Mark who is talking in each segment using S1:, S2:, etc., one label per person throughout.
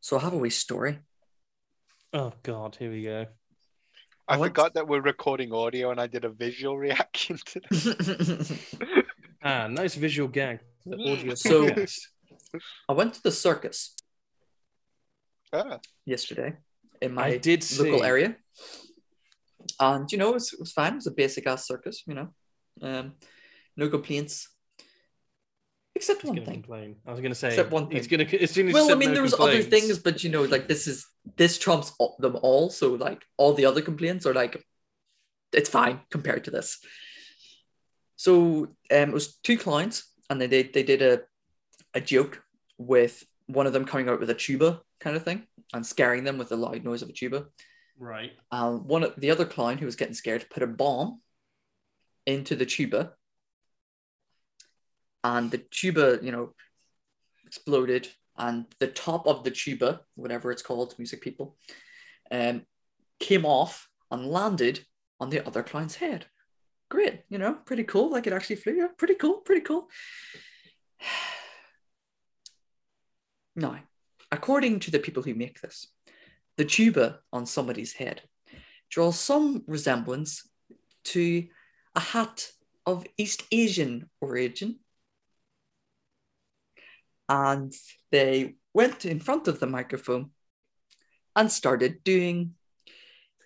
S1: So I have a wee story.
S2: Oh God, here we go.
S1: I
S3: I
S1: like-
S3: forgot that we're recording audio and I did a visual reaction to that.
S2: Ah, nice visual gag. The audio
S1: So-
S2: podcast.
S1: I went to the circus
S3: Ah,
S1: yesterday in my
S2: I did see.
S1: local area. And you know, it was, it was fine. It was a basic ass circus, you know. Um, no complaints. Except
S2: He's
S1: one
S2: gonna
S1: thing.
S2: complain. I was gonna say
S1: Except one
S2: He's
S1: thing.
S2: gonna. As soon as
S1: Well,
S2: you
S1: I
S2: said
S1: mean,
S2: no
S1: there was other
S2: complaints-
S1: things, but you know, like this is this trumps all, them all. So like all the other complaints are like, it's fine compared to this. So um, it was two clients, and they did they did a a joke with one of them coming out with a tuba kind of thing and scaring them with the loud noise of a tuba.
S2: Right.
S1: Um, one of the other client who was getting scared put a bomb into the tuba, and the tuba, you know, exploded, and the top of the tuba, whatever it's called, music people, um, came off and landed on the other client's head. Great, you know, pretty cool. Like it actually flew. Yeah, pretty cool, pretty cool. Now, according to the people who make this, the tuba on somebody's head draws some resemblance to a hat of East Asian origin. And they went in front of the microphone and started doing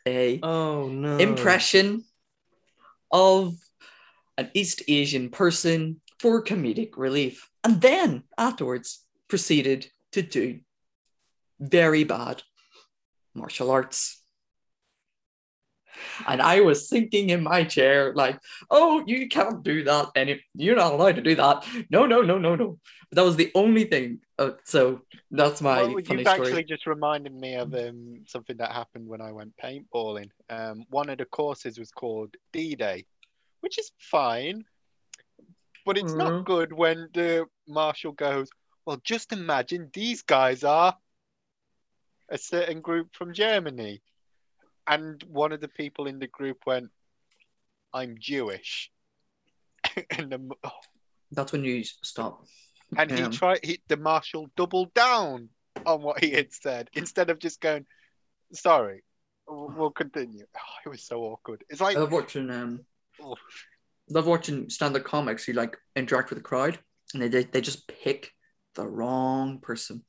S1: a
S2: Oh no.
S1: impression of an East Asian person for comedic relief. And then afterwards proceeded to do very bad martial arts. And I was thinking in my chair, like, oh, you can't do that. And you're not allowed to do that. No, no, no, no, no. That was the only thing. Uh, so that's my
S3: well,
S1: funny
S3: you've
S1: story.
S3: actually just reminded me of um, something that happened when I went paintballing. Um, one of the courses was called D Day, which is fine, but it's
S1: Mhm.
S3: not good when the marshal goes, Well, just imagine these guys are a certain group from Germany. And one of the people in the group went, I'm Jewish. and the,
S1: That's when you stop.
S3: and he
S1: Um,
S3: tried. He, the marshal doubled down on what he had said instead of just going, "Sorry, w- we'll continue." Oh, it was so awkward. It's like
S1: I love watching um,
S3: Oh.
S1: love watching stand-up comics who like interact with the crowd and they they, they just pick the wrong person.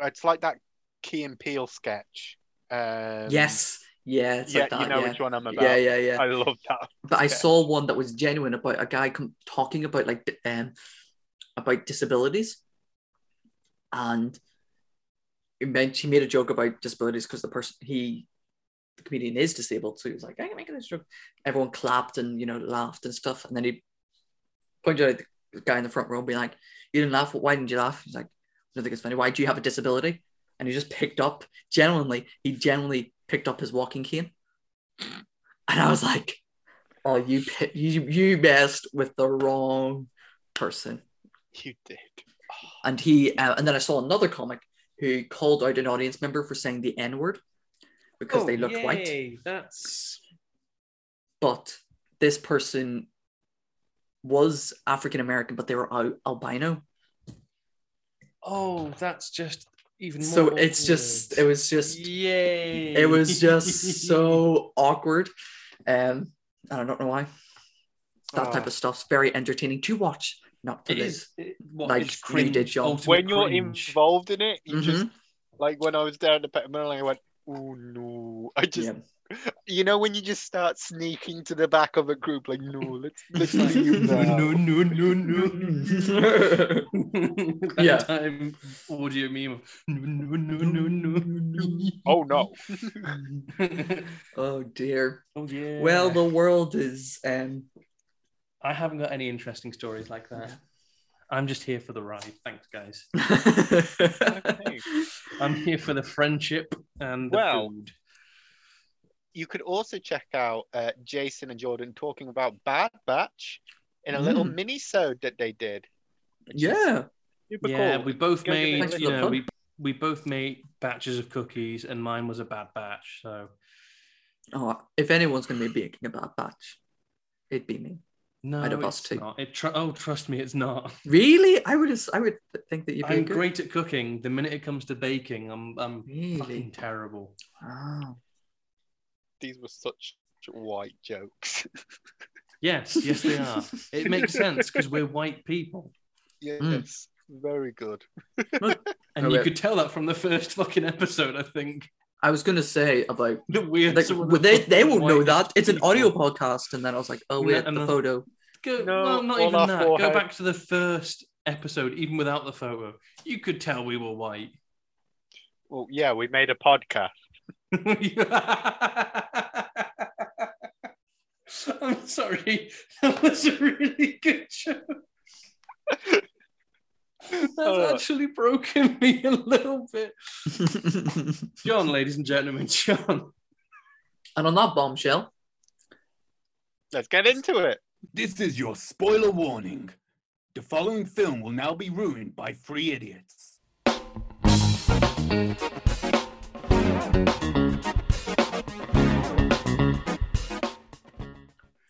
S3: it's like that Key and Peel sketch. Um,
S1: yes, yeah, it's
S3: yeah,
S1: like that,
S3: you know
S1: yeah.
S3: which one I'm about.
S1: yeah, yeah, yeah.
S3: I love that.
S1: but I
S3: yeah.
S1: saw one that was genuine about a guy com- talking about like d- um about disabilities, and it meant he made a joke about disabilities because the person he the comedian is disabled, so he was like, "I can make this joke." Everyone clapped and you know laughed and stuff, and then he pointed out the guy in the front row and be like, "You didn't laugh. Why didn't you laugh?" He's like, "I don't think it's funny. Why do you have a disability?" And he just picked up genuinely. He genuinely picked up his walking cane, and I was like. Oh, you pi- you you messed with the wrong person.
S3: You did.
S1: And he uh, and then I saw another comic who called out an audience member for saying the N word because
S2: Oh,
S1: they looked white.
S2: yay, That's
S1: But this person was African American, but they were al- albino.
S2: oh, that's just even more.
S1: So it's just it was just
S2: Yay!
S1: it was just so awkward, um, and I don't know why. That type
S3: Oh.
S1: of stuff's very entertaining to watch, not for
S2: Ah. It
S1: this.
S2: is. It, what,
S1: Like,
S2: it's
S1: you
S2: cringe.
S1: did, John.
S2: ultimate
S3: When you're
S2: cringe.
S3: involved in it, you just
S1: Mhm,
S3: like when I was down at the Mill, I went, "Oh no!" I just
S1: yeah.
S3: you know when you just start sneaking to the back of a group, like, "No, let's let's
S1: No,
S3: leave now."
S2: No, no, no, no. that
S1: Yeah.
S2: time audio meme. of, No, no, no, no, no.
S3: Oh no!
S1: oh dear.
S2: oh yeah.
S1: Well, the world is um
S2: I haven't got any interesting stories like that. I'm just here for the ride. Thanks, guys.
S3: Okay.
S2: I'm here for the friendship and the
S3: Well,
S2: food.
S3: you could also check out uh, Jason and Jordan talking about Bad Batch in a little
S1: Mm.
S3: mini sode that they did.
S1: yeah.
S3: Super
S2: yeah,
S3: cool.
S2: we both
S3: Go give it a
S2: made
S1: little
S2: you know
S1: look.
S2: we we both made batches of cookies, and mine was a bad batch. So
S1: Oh, if anyone's gonna be baking a bad batch, it'd be me.
S2: No,
S1: I'd have asked
S2: it's
S1: too.
S2: not. It tr- oh, trust me, it's not.
S1: Really? I would I would think that you'd be
S2: I'm
S1: good.
S2: great at cooking. The minute it comes to baking, I'm I'm fucking
S1: Really?
S2: terrible.
S1: Wow.
S3: These were such white jokes.
S2: Yes, yes, they are. it makes sense because we're white people,
S3: yes,
S2: Mm.
S3: very good.
S2: and
S1: Oh,
S2: you
S1: yeah.
S2: could tell that from the first fucking episode. I think
S1: I was gonna say about
S2: the weird.
S1: like
S2: sort of
S1: well, they they
S2: fucking
S1: won't know
S2: white
S1: that. It's an
S2: people.
S1: audio podcast, and then I was like, oh
S2: No,
S1: wait,
S2: and
S1: the
S2: the-
S1: photo.
S2: Go,
S3: No,
S2: well, not
S3: all
S2: even
S3: our
S2: that. Go
S3: forehead.
S2: back to the first episode, even without the photo. You could tell we were white.
S3: Well, yeah, we made a podcast.
S2: I'm sorry. That was a really good joke. That's
S3: Uh.
S2: actually broken me a little bit.
S1: and
S2: John, ladies and gentlemen, John.
S1: on that bombshell,
S3: Let's get into it.
S4: This is your spoiler warning. The following film will now be ruined by three idiots.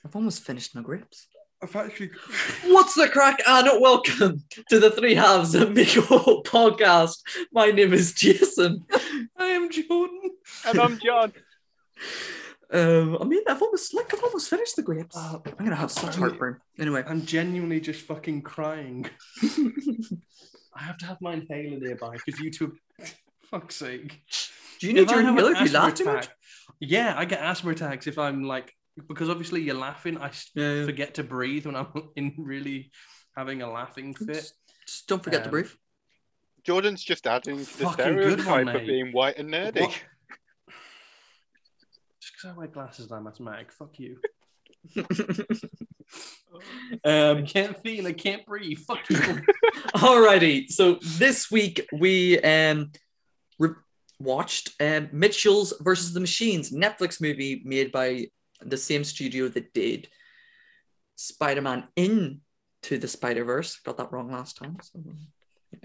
S1: I've almost finished my grips.
S2: I've actually
S1: What's the crack, and welcome to the Three Halves of Miko podcast. My name is Jason.
S2: I am Jordan.
S3: And I'm John.
S1: Um, I mean, I've almost like I've almost finished the grapes.
S2: Oh,
S1: I'm gonna have such
S2: sorry.
S1: heartburn. Anyway,
S2: I'm genuinely just fucking crying. I have to have my inhaler nearby because you two fuck's sake.
S1: do you need
S2: If I
S1: your
S2: have an
S1: inhaler if you
S2: asthma
S1: laugh too much?
S2: attack- Yeah, I get asthma attacks if I'm like because obviously you're laughing. I s-
S1: Yeah, yeah.
S2: forget to breathe when I'm in really having a laughing fit.
S1: Just don't forget to
S2: Um,
S1: breathe.
S3: Jordan's just adding to the
S2: Fucking good one,
S3: stereotype
S2: mate.
S3: of being white and nerdy.
S2: What? Just because I wear glasses, I'm asthmatic. Fuck you. um, I
S1: Um,
S2: can't feel. I can't breathe. Fuck you.
S1: alrighty. So this week we um re- watched um, Mitchell's versus the Machines, Netflix movie made by the same studio that did Spider-Man into the Spider-Verse. Got that wrong last time. So.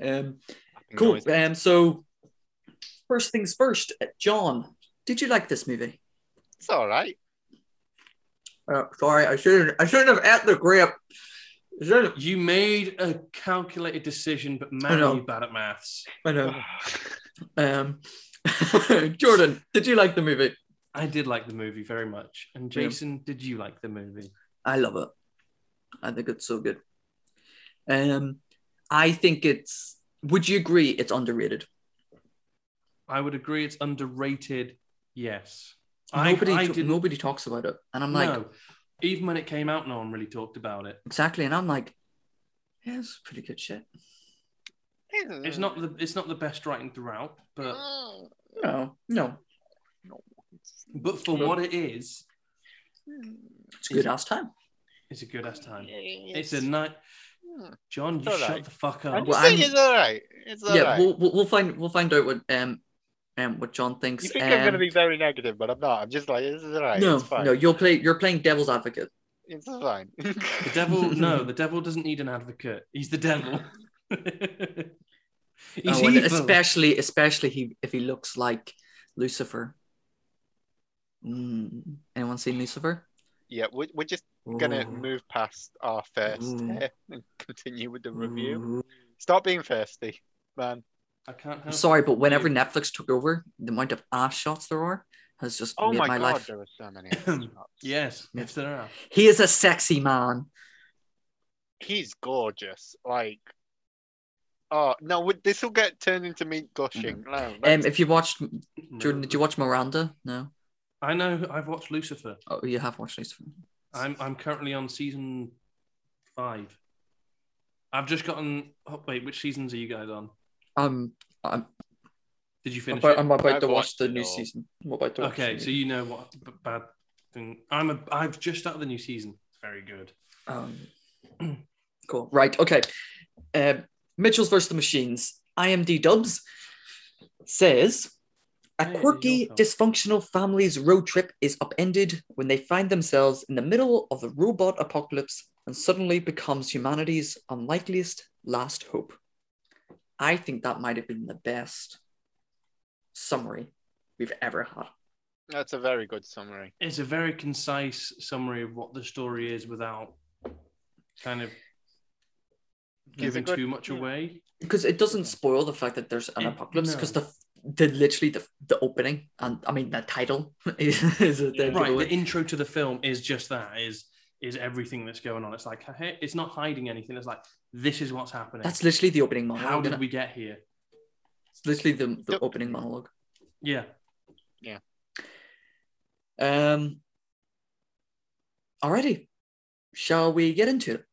S1: Um, Cool.
S2: Uh,
S3: Noise.
S1: Um, so, first things first, uh, John, did you like this movie?
S3: It's all right.
S1: Uh, sorry, I shouldn't. I shouldn't have at the grip. I shouldn't.
S2: you made a calculated decision, but
S1: I
S2: man,
S1: know.
S2: are you bad at maths.
S1: I know.
S2: uh,
S1: Um, Jordan, did you like the movie?
S2: I did like the movie very much. And
S1: Yeah.
S2: Jason, did you like the movie?
S1: I love it. I think it's so good. Um, I think it's. Would you agree? It's underrated.
S2: I would agree it's underrated. Yes. I-
S1: Nobody.
S2: I,
S1: t-
S2: didn't
S1: nobody talks about it, and I'm like
S2: no. Even when it came out, no one really talked about it.
S1: exactly, and I'm like, yeah, it's pretty good shit.
S3: Hmm.
S2: It's not the it's not the best writing throughout, but
S1: No, no,
S2: but for what it is,
S1: it's good ass time.
S2: it's a good ass time. It's a night.
S3: Hmm.
S2: John, you
S3: All
S2: shut
S3: right.
S2: the fuck
S3: I'm
S2: up.
S1: Well,
S3: just saying
S1: I'm-
S3: it's all right. It's all
S1: yeah,
S3: right.
S1: we'll, we'll we'll find we'll find out what um um what John thinks.
S3: you think
S1: um,
S3: I'm going to be very negative, but I'm not. I'm just like, it's all right.
S1: no
S3: it's fine.
S1: no you're play you're playing devil's advocate.
S3: It's fine.
S2: The devil, no, the devil doesn't need an advocate. He's the devil. He's
S1: Oh, and
S2: evil.
S1: especially especially he if he looks like Lucifer. Mm, anyone seen Lucifer? Oh.
S3: yeah, we're, we're just going to
S1: Ooh.
S3: move past our first
S1: Ooh.
S3: here and continue with the review.
S1: Ooh.
S3: Stop being thirsty, man.
S2: I can't
S1: I'm
S2: help
S1: sorry, but whenever Netflix took over, the amount of ass shots there are has just
S3: Oh
S1: made
S3: my,
S1: my,
S3: God,
S1: life.
S3: there are so many. ass shots.
S2: Yes,
S1: Yeah.
S2: yes, there are.
S1: He is a sexy man.
S3: He's gorgeous. Like, oh, no, this will get turned into me gushing. No,
S1: Um,
S3: let's-
S1: if you watched
S3: Mm-hmm.
S1: Jordan, did you watch Miranda? No.
S2: I know. I've watched Lucifer.
S1: Oh, you have watched Lucifer.
S2: I'm I'm currently on season five. I've just gotten. Oh, wait, which seasons are you guys on?
S1: Um, I'm
S2: Did you
S1: I'm
S2: finish?
S1: about,
S2: it?
S1: I'm about
S3: I've
S1: to watch
S3: watched
S1: the
S3: it
S1: new
S3: all.
S1: season. I'm about to watch
S2: okay,
S1: the
S2: so you know what b- bad thing. I'm a. I've just started the new season. It's very good.
S1: Um, cool. Right. Okay. Um, Mitchell's versus the Machines. IMD Dubs says a
S2: Hey,
S1: quirky,
S2: welcome.
S1: dysfunctional family's road trip is upended when they find themselves in the middle of the robot apocalypse and suddenly becomes humanity's unlikeliest last hope. I think that might have been the best summary we've ever had.
S3: that's a very good summary.
S2: It's a very concise summary of what the story is without kind of
S3: Give
S2: giving
S3: a good-
S2: too much
S3: yeah.
S2: away.
S1: because it doesn't spoil the fact that there's an
S2: It-
S1: apocalypse
S2: no.
S1: because the the literally the, the opening and I mean the title is, is a
S3: Yeah.
S1: dead
S3: Give
S2: Right, the
S1: giveaway.
S2: intro to the film is just that is is everything that's going on. It's like hey, it's not hiding anything. It's like this is what's happening.
S1: That's literally the opening monologue.
S2: how
S1: innit?
S2: did we get here?
S1: It's literally the, the
S3: Yep.
S1: opening monologue.
S2: Yeah,
S1: Um. Alrighty, shall we get into it?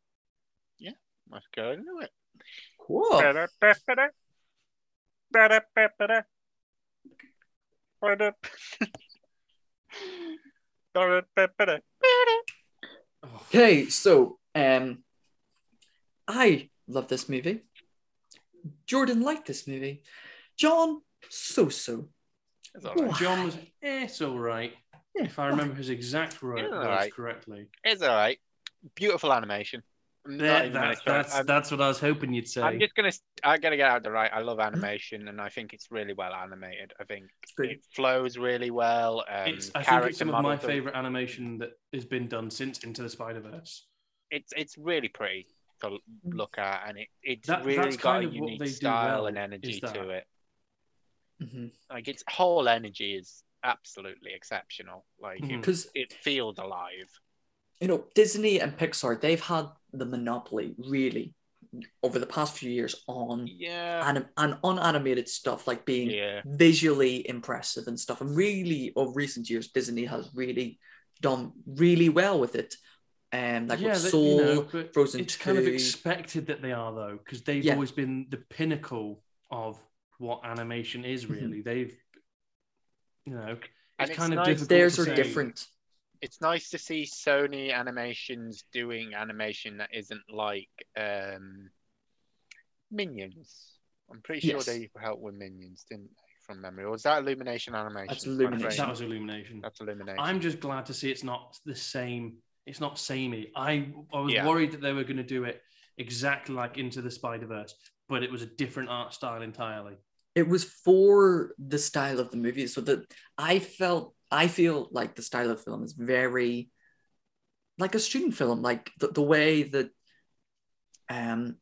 S3: Let's go into it.
S1: Cool.
S3: Ba-da-ba-ba-da. Ba-da-ba-ba-da. Ba-da- Ba-da-ba-ba-da. Ba-da.
S2: Oh,
S1: Okay, so um, I love this movie. Jordan liked this movie. John, so so.
S3: It's all right.
S2: John was eh, it's all right.
S1: Yeah,
S2: if I remember his exact ro-
S3: Yeah,
S2: words
S3: alright.
S2: correctly,
S3: It's all right. Beautiful animation. I'm not
S2: There-
S3: even gonna
S2: that-
S3: try-
S2: that's
S3: I'm-
S2: that's what I was hoping you'd say.
S3: I'm just gonna. I gotta get out the right. I love animation, and I think it's really well animated. I think it flows really well. Um,
S2: it's, I think
S3: character
S2: it's some of
S3: model
S2: my
S3: does-
S2: favorite animation that has been done since Into the Spider Verse.
S3: It's it's really pretty to l- look at, and it it's
S2: That-
S3: really
S2: that's
S3: got
S2: kind
S3: a
S2: of what
S3: unique
S2: they do
S3: style
S2: well,
S3: and energy
S2: is that.
S3: to it.
S1: Mhm.
S3: Like its whole energy is absolutely exceptional. Like
S2: Mhm.
S1: Because
S3: it, it feels alive.
S1: you know, Disney and Pixar, they've had the monopoly really over the past few years on
S3: Yeah.
S1: anim- and on animated stuff like being
S3: Yeah.
S1: visually impressive and stuff. And really, over recent years, Disney has really done really well with it. Um, like with
S2: that-
S1: Soul,
S2: but
S1: Frozen
S2: It's kind of
S1: 2.
S2: expected that they are though, because they've
S1: Yeah.
S2: always been the pinnacle of what animation is.
S1: Mhm.
S2: Really, they've you know, it's
S3: And it's
S2: kind of
S3: nice-
S2: difficult.
S1: theirs
S2: to
S1: are
S2: say.
S1: different.
S3: It's nice to see Sony Animations doing animation that isn't like um, Minions. I'm pretty sure
S1: Yes.
S3: they helped with Minions, didn't they? From memory, or was that Illumination Animation?
S1: That's
S3: My
S1: Illumination.
S3: brain-
S2: That was Illumination.
S3: That's Illumination.
S2: I'm just glad to see it's not the same. It's not samey. I I was
S3: Yeah.
S2: worried that they were going to do it exactly like Into the Spider Verse, but it was a different art style entirely.
S1: It was for the style of the movie, so that I felt I feel like the style of film is very like a student film, like the, the way that um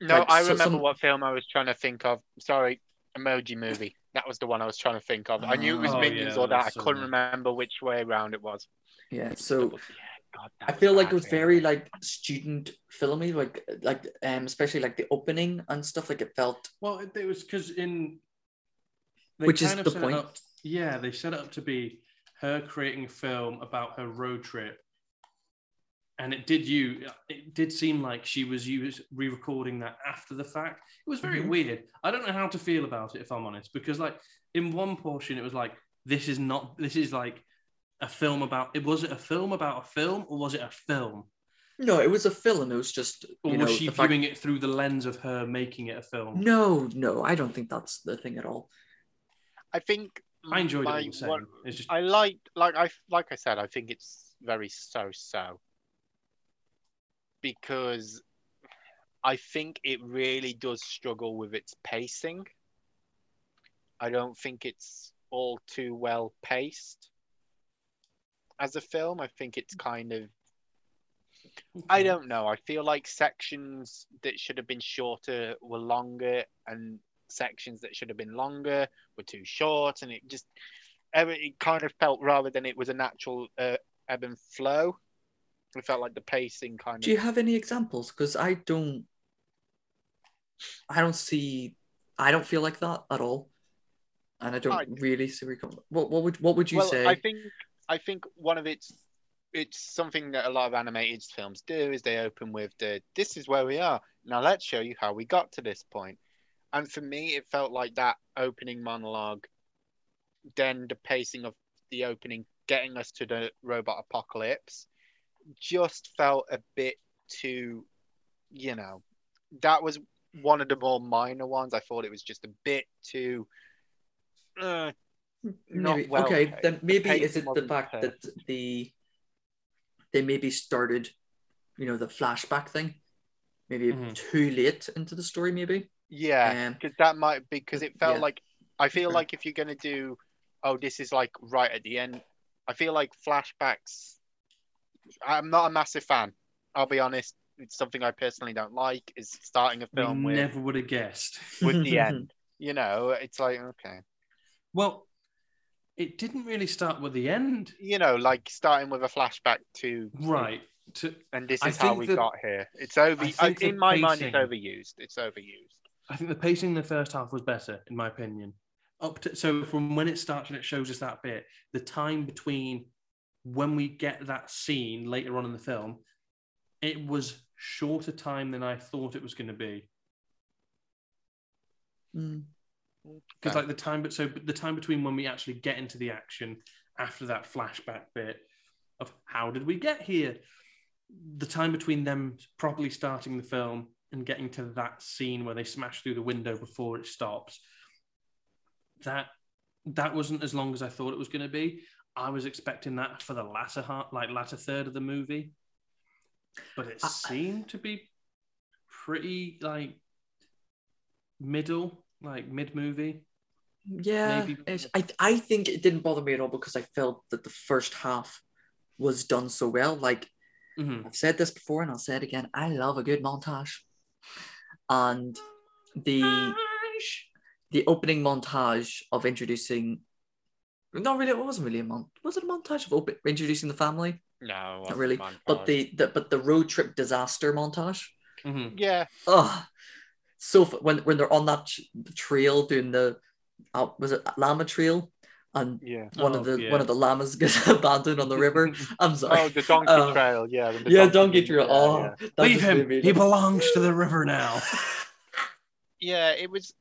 S3: No,
S1: Like,
S3: I
S1: so-
S3: remember
S1: some-
S3: what film I was trying to think of. Sorry, Emoji Movie. That was the one I was trying to think of. I knew it was
S1: Oh,
S3: Minions
S2: yeah,
S3: or that. I
S2: that's so
S3: couldn't
S2: nice.
S3: remember which way around it was.
S1: yeah, so
S3: But yeah, God, that
S1: I feel like
S3: bad,
S1: it was
S3: yeah.
S1: very like student filmy, like like um especially like the opening and stuff. Like it felt
S2: Well, it, it was because in they
S1: Which is the
S2: set it
S1: point.
S2: up- yeah, they set it up to be her creating a film about her road trip, and it did you. It did seem like she was used re-recording that after the fact. It was very
S1: Mhm.
S2: weird. I don't know how to feel about it if I'm honest, because like in one portion it was like this is not this is like a film about it was it a film about a film or was it a film
S1: no, it was a film. It was just
S2: or
S1: you know
S2: was she
S1: the fact-
S2: viewing it through the lens of her making it a film
S1: No, no, I don't think that's the thing at all.
S3: I think
S2: i enjoyed
S3: my-
S2: it all the same
S3: what-
S2: it's just
S3: I liked, like I like I said, I think it's very so-so because I think it really does struggle with its pacing. I don't think it's all too well paced as a film. I think it's kind of
S2: Mm.
S3: I don't know. I feel like sections that should have been shorter were longer, and sections that should have been longer were too short, and it just eh, it kind of felt rather than it was a natural uh, ebb and flow. It felt like the pacing kind
S1: Do you
S3: of.
S1: have any examples? Because I don't, I don't see, I don't feel like that at all, and I don't
S3: I-
S1: really see where you come. What what would what would you
S3: well,
S1: say?
S3: I think I think one of its it's something that a lot of animated films do is they open with the this is where we are now let's show you how we got to this point and for me it felt like that opening monologue then the pacing of the opening getting us to the robot apocalypse just felt a bit too you know that was one of the more minor ones i thought it was just a bit too uh, not
S1: Maybe.
S3: well
S1: okay,
S3: paced.
S1: then maybe
S3: pace
S1: is it the
S3: wasn't
S1: fact that the they maybe started, you know, the flashback thing, maybe
S2: Mhm.
S1: too late into the story, maybe.
S3: yeah
S1: Um,
S3: because that might because it felt
S1: Yeah.
S3: like I feel
S1: Okay.
S3: like if you're gonna do oh this is like right at the end I feel like flashbacks I'm not a massive fan I'll be honest, it's something I personally don't like is starting a film
S2: we
S3: with,
S2: never would have guessed.
S3: with the end. You know, it's like, okay.
S2: Well, it didn't really start with the end,
S3: You know, like starting with a flashback to,
S2: right? To,
S3: and this
S2: I
S3: is how
S2: think
S3: we
S2: that-
S3: got here. It's over.
S2: I
S3: I
S2: think
S3: in
S2: the
S3: my mind, it's
S2: pacing-
S3: overused. It's overused.
S2: I think the pacing in the first half was better, in my opinion. Up to, so from when it starts and it shows us that bit, the time between when we get that scene later on in the film, it was shorter time than I thought it was going to be.
S1: Mm.
S2: Because
S3: Okay.
S2: like the time, but so the time between when we actually get into the action after that flashback bit of how did we get here, the time between them properly starting the film and getting to that scene where they smash through the window before it stops, that that wasn't as long as I thought it was going to be. I was expecting that for the latter half, like latter third of the movie, but it
S1: I-
S2: seemed to be pretty like middle, like mid movie.
S1: Yeah,
S2: Maybe-
S1: it's- I I think it didn't bother me at all because I felt that the first half was done so well. Like
S2: Mm-hmm.
S1: I've said this before and I'll say it again. I love a good montage, and the the opening montage of introducing. Not really. It wasn't really a montage. Was it a montage of open, introducing the family?
S3: No, it wasn't
S1: really,
S3: mine,
S1: But
S3: Colin.
S1: the, the but the road trip disaster montage.
S2: hmm
S3: yeah,
S1: Oh, so f- when when they're on that ch- trail doing the, uh, was it llama trail, and
S3: yeah.
S1: one
S2: Oh,
S1: of the
S2: yeah.
S1: one of the llamas gets abandoned on the river. I'm sorry.
S3: Oh, the donkey
S1: Uh,
S3: trail. Yeah, and the
S1: yeah, donkey trail.
S3: yeah,
S1: Oh,
S3: yeah.
S1: that
S2: Leave
S1: just
S2: him.
S1: made me
S2: He
S1: laugh.
S2: belongs to the river now.
S3: yeah, it was.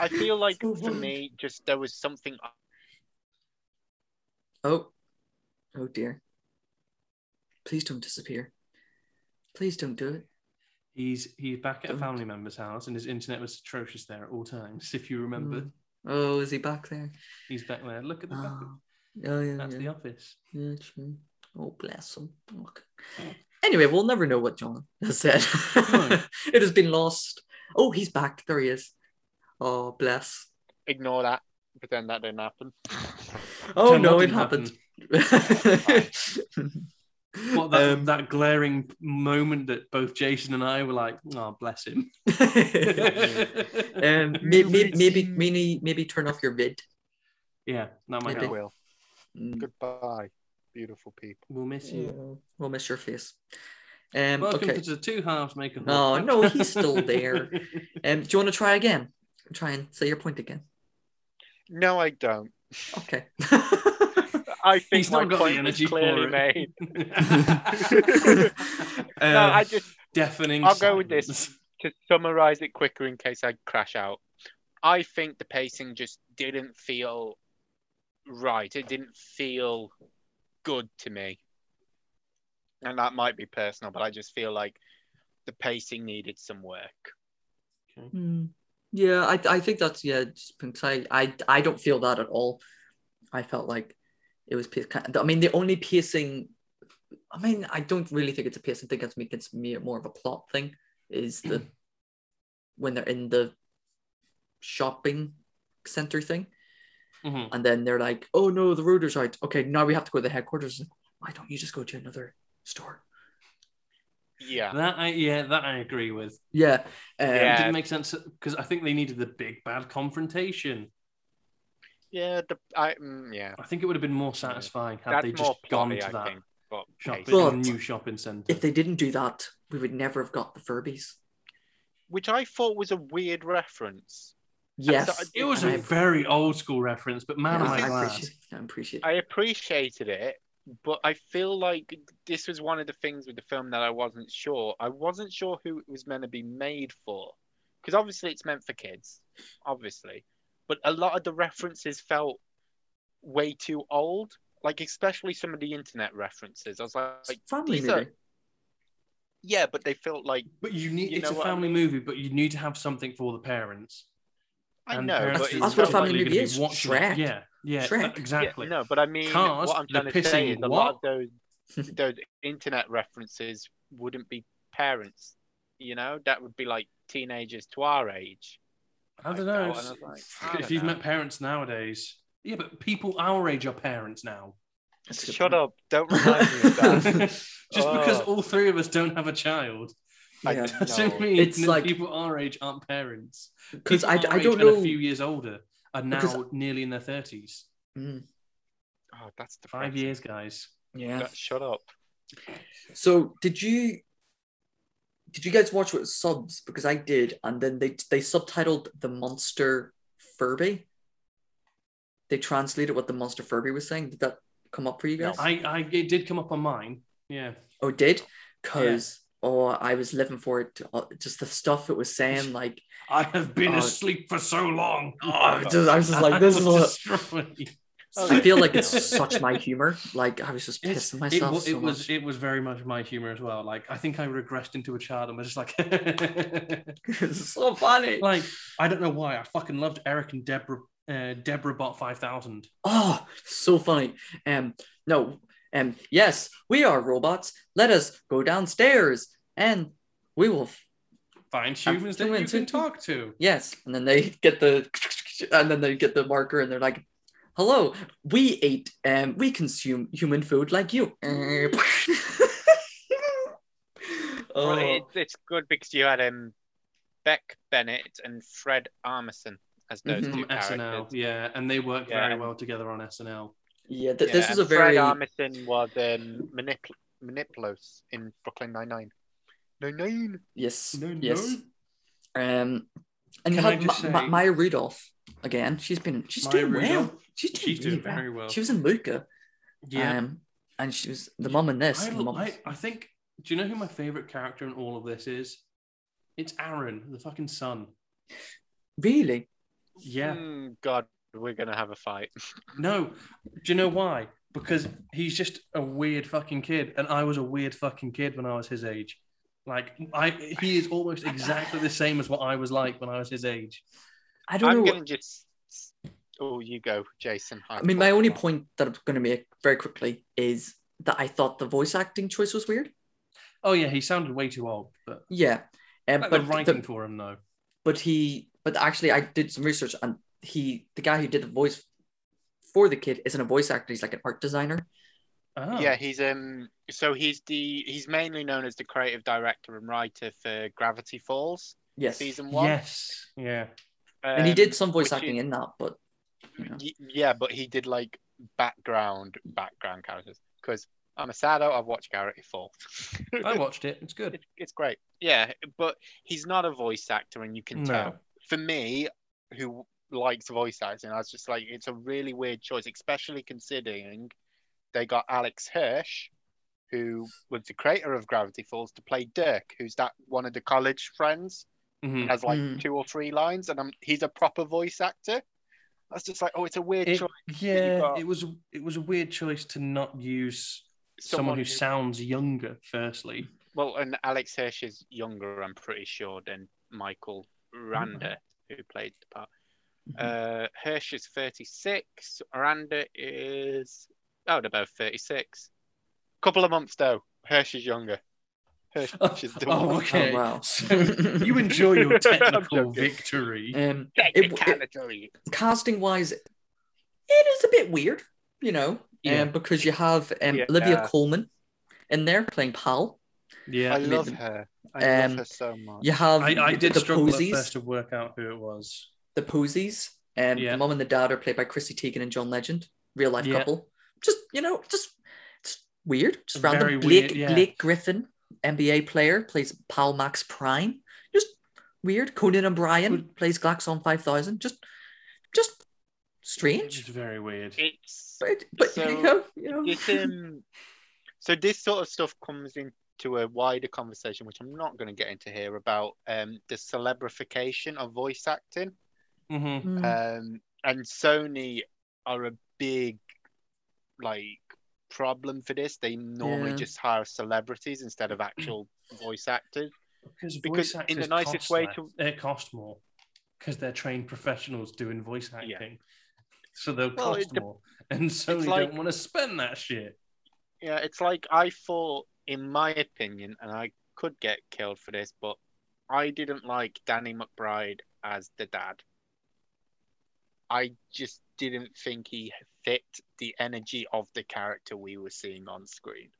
S3: I feel like
S1: So
S3: for
S1: rude.
S3: me, just there was something
S1: Oh, oh dear. Please don't disappear. Please don't do it.
S2: He's he's back at a
S1: Don't.
S2: family member's house, and his internet was atrocious there at all times. If you remember,
S1: Mm. Oh, is he back there?
S2: he's back there. Look at the back.
S1: Oh, oh yeah,
S2: That's
S1: yeah.
S2: the office.
S1: Yeah, true. Oh, bless him. Look. Anyway, we'll never know what John has said.
S2: No.
S1: it has been lost. Oh, he's back. There he is. Oh, bless.
S3: ignore that. Pretend that didn't happen.
S1: Oh,
S2: Pretend
S1: no,
S2: that
S1: it
S2: didn't
S1: happened.
S2: What that,
S1: Um,
S2: that glaring moment that both Jason and I were like, "Oh, bless him."
S1: um, maybe, maybe, maybe, maybe, maybe turn off your vid.
S2: yeah, that
S1: Maybe.
S2: might
S3: I
S2: help.
S3: will.
S1: Mm,
S3: Goodbye, beautiful people.
S2: We'll miss you.
S1: We'll miss your face. Um,
S2: Welcome
S1: okay.
S2: to the two halves make a whole.
S1: No, no, he's still there. Um, do you want to try again? Try and say your point again.
S3: No, I don't.
S1: Okay.
S3: I think
S2: He's
S3: my
S2: not got the
S3: point
S2: energy
S3: was clearly
S2: for it.
S3: made.
S2: Uh,
S1: Um,
S3: No, I just
S2: Deafening.
S3: I'll go with
S2: silence.
S3: this. to summarize it quicker in case I crash out. I think the pacing just didn't feel right. It didn't feel good to me. And that might be personal, but I just feel like the pacing needed some work.
S1: Hmm. Yeah, I, I think that's yeah. Just because I, I I don't feel that at all. I felt like it was. pac- kind- I mean, the only pacing. I mean, I don't really think it's a pacing thing. I think it's me more of a plot thing. Is the when they're in the shopping center thing,
S2: Mhm.
S1: and then they're like, "Oh no, the roaders out. Okay, now we have to go to the headquarters." It's like, Why don't you just go to another store?
S3: Yeah.
S2: That I yeah, that I agree with.
S1: Yeah, um,
S2: It
S3: Yeah.
S2: didn't make sense because I think they needed the big bad confrontation.
S3: Yeah, the I mm, yeah.
S2: I think it would have been more satisfying had
S3: That's
S2: they
S3: more
S2: just gone
S3: plotty,
S2: to
S3: I
S2: that
S3: think. But
S2: shopping
S3: pacing.
S1: But-
S2: new shopping centre.
S1: If they didn't do that, we would never have got the Furbies.
S3: Which I thought was a weird reference.
S1: Yes,
S3: so-
S2: it was
S1: and
S2: a
S1: I-
S2: very old school reference, but man,
S1: Yeah,
S2: am I
S1: I,
S2: glad.
S1: appreciate, I appreciate.
S3: I appreciated it, but I feel like this was one of the things with the film that I wasn't sure. I wasn't sure who it was meant to be made for, because obviously it's meant for kids, obviously, but a lot of the references felt way too old. Like especially some of the internet references, I was like,
S1: It's a family
S3: these are-
S1: movie.
S3: yeah, but they felt like
S2: But you need
S3: You
S2: it's
S3: know
S2: a
S3: what I
S2: family movie, but you need to have something for the parents.
S3: I
S2: And
S3: know,
S2: parents
S3: but
S1: That's-
S2: are
S1: that's what
S3: it's
S1: a
S3: not-
S2: not
S1: family
S2: likely
S1: movie
S2: gonna
S1: is,
S2: be watching it.
S1: Shrek.
S2: Yeah, yeah,
S1: Shrek.
S2: that-
S3: yeah,
S2: exactly.
S3: no, but I mean,
S2: Cars,
S3: what I'm
S2: the
S3: trying to say
S2: pissing
S3: is a lot of
S2: what?
S3: those those internet references wouldn't be parents, you know, that would be like teenagers to our age.
S2: I don't
S3: like
S2: know.
S3: that
S2: it's-
S3: one, I was like, I
S2: if
S3: don't
S2: you've
S3: know.
S2: met parents nowadays, yeah, but people our age are parents now.
S1: That's a good
S3: Shut
S1: point.
S3: up! Don't remind me of that.
S2: Just because
S3: Oh.
S2: all three of us don't have a child
S3: I
S1: Yeah.
S3: don't
S2: doesn't
S3: know.
S2: mean
S1: It's
S2: that
S1: like-
S2: people our age aren't parents.
S1: Because I,
S2: People our
S1: I
S2: age
S1: don't
S2: and
S1: know.
S2: A few years older are now
S1: Because-
S2: nearly in their thirties.
S1: Mm,
S3: Oh, that's the
S2: Five years, guys.
S1: yeah.
S3: shut up.
S1: So did you did you guys watch with subs? Because I did, and then they they subtitled the monster Furby. They translated what the monster Furby was saying. Did that come up for you
S3: No.
S1: guys?
S2: I, I it did come up on mine. Yeah.
S1: Oh, it did? Because oh, I was living for it. to- uh, just the stuff it was saying, like
S2: I have been
S1: Oh.
S2: asleep for so long.
S1: oh, I was just, I was just like, this is
S2: I'm
S1: what.
S2: destroyed.
S1: I feel like it's such my humor. Like I was just
S2: It's-
S1: pissing myself.
S2: wa-
S1: so
S2: was
S1: much.
S2: it was very much my humor as well. Like I think I regressed into a child and was just like,
S1: it's so funny.
S2: like I don't know why I fucking loved Eric and Deborah. Uh, Deborah bought five thousand.
S1: Oh, so funny. Um, no, um, yes, we are robots. Let us go downstairs and we will, f-
S2: Find
S1: I'm
S2: humans that you
S1: fluent
S2: can
S1: in-
S2: talk to.
S1: yes. And then they get the, and then they get the marker and they're like, hello, we ate, um, we consume human food like you.
S3: Well, it,
S1: oh,
S3: it's good because you had um, Beck Bennett and Fred Armisen as those
S1: Mhm.
S2: From
S3: two
S2: SNL,
S3: characters.
S2: yeah, and they worked
S3: Yeah.
S2: very well together on SNL.
S1: yeah, th-
S3: Yeah,
S1: this is a
S3: and Fred
S1: very,
S3: Armisen was um, Manip- Manipulous in Brooklyn Nine Nine. Nine Nine.
S1: yes,
S2: No, no.
S1: yes. Um, and you
S2: Can I
S1: had Ma-
S2: just
S1: Ma-
S2: say-
S1: Maya Rudolph again. She's been, she's
S2: Maya
S1: doing well.
S2: Rudolph?
S1: She's doing,
S2: She's doing
S1: really well.
S2: very well.
S1: She was in Luca.
S2: Yeah,
S1: Um, and she was the mum in this.
S2: I,
S1: and the mum-
S2: I, I think. Do you know who my favorite character in all of this is? It's Aaron, the fucking son.
S1: really?
S2: Yeah.
S3: Mm, God, we're gonna have a fight.
S2: No. Do you know why? Because he's just a weird fucking kid, and I was a weird fucking kid when I was his age. Like I, he is almost exactly the same as what I was like when I was his age.
S1: I don't
S3: I'm
S1: know.
S3: gonna just. Oh, you go, Jason.
S1: I mean, my only
S3: point.
S1: point that I'm going to make very quickly is that I thought the voice acting choice was weird.
S2: Oh yeah, he sounded way too old, but
S1: Yeah. Um,
S2: like, the
S1: but,
S2: writing
S1: the-
S2: for him though.
S1: but he, but actually, I did some research and he, the guy who did the voice for the kid isn't a voice actor, he's like an art designer.
S2: Oh.
S3: Yeah, he's um. So he's the he's mainly known as the creative director and writer for Gravity Falls
S1: Yes.
S3: season one. um,
S2: Yes. Yeah.
S1: and he did some
S3: which
S1: voice
S3: is-
S1: acting in that, but you know.
S3: Y- yeah, but he did like background background characters because I'm a sado. I've watched Gravity Falls.
S2: I watched it. It's good.
S3: It- it's great. Yeah, but he's not a voice actor, and you can
S2: No.
S3: tell. For me, who likes voice acting, I was just like, it's a really weird choice, especially considering they got Alex Hirsch, who was the creator of Gravity Falls, to play Dirk, who's that one of the college friends,
S2: Mhm.
S3: has like
S1: Mm.
S3: two or three lines, and i he's a proper voice actor. I was just like, oh, it's a weird
S2: It-
S3: choice.
S2: yeah,
S3: got-
S2: it was it was a weird choice to not use someone, who
S3: who-
S2: sounds younger. Firstly,
S3: Well, and Alex Hirsch is younger, I'm pretty sure, than Michael Randa, who played the part. Uh, Hirsch is 36. Randa is, oh, they're both 36. Couple of months, though. Hirsch is younger. Hirsch is the
S2: oh,
S3: one.
S2: okay.
S1: Oh, wow.
S2: So you enjoy your
S3: I'm
S2: technical
S3: joking.
S2: victory.
S1: um, it- it,
S3: Technicality.
S1: casting wise, it is a bit weird, you know,
S2: Yeah.
S1: um, because you have um,
S3: Yeah.
S1: Olivia Coleman in there playing Pal.
S2: Yeah,
S3: I
S1: mean,
S3: love her. I
S1: um,
S3: love her so much.
S1: You have
S2: I, I
S1: the-
S2: did
S1: the
S2: struggle
S1: posies,
S2: at first to work out who it was.
S1: the posies, and
S2: Yeah.
S1: the mom and the dad are played by Chrissy Teigen and John Legend, real life
S2: Yeah.
S1: couple. Just you know, just it's weird, just random.
S2: Very
S1: Blake,
S2: weird, yeah.
S1: Blake Griffin, NBA player, plays Pal Max Prime. Just weird. Conan O'Brien plays Glaxon Five Thousand. Just, just
S2: Which is
S1: strange.
S2: very weird.
S3: It's
S1: But, but
S3: So,
S1: there you go. You know.
S3: this, um, so this sort of stuff comes into a wider conversation, which I'm not going to get into here, about um, the celebrification of voice acting.
S2: hmm
S1: Mm.
S3: Um, and Sony are a big like problem for this. They normally
S1: Yeah.
S3: just hire celebrities instead of actual voice actors.
S2: Because,
S3: because
S2: voice
S3: in the
S2: actors
S3: nicest
S2: cost
S3: way
S2: less-
S3: to-
S2: they cost more because they're trained professionals doing voice acting,
S3: Yeah.
S2: so they'll
S3: Well, it
S2: cost
S3: de-
S2: more, and so they
S3: like-
S2: don't want to spend that shit.
S3: Yeah, it's like I thought, in my opinion, and I could get killed for this, but I didn't like Danny McBride as the dad. I just didn't think he fit the energy of the character we were seeing on screen.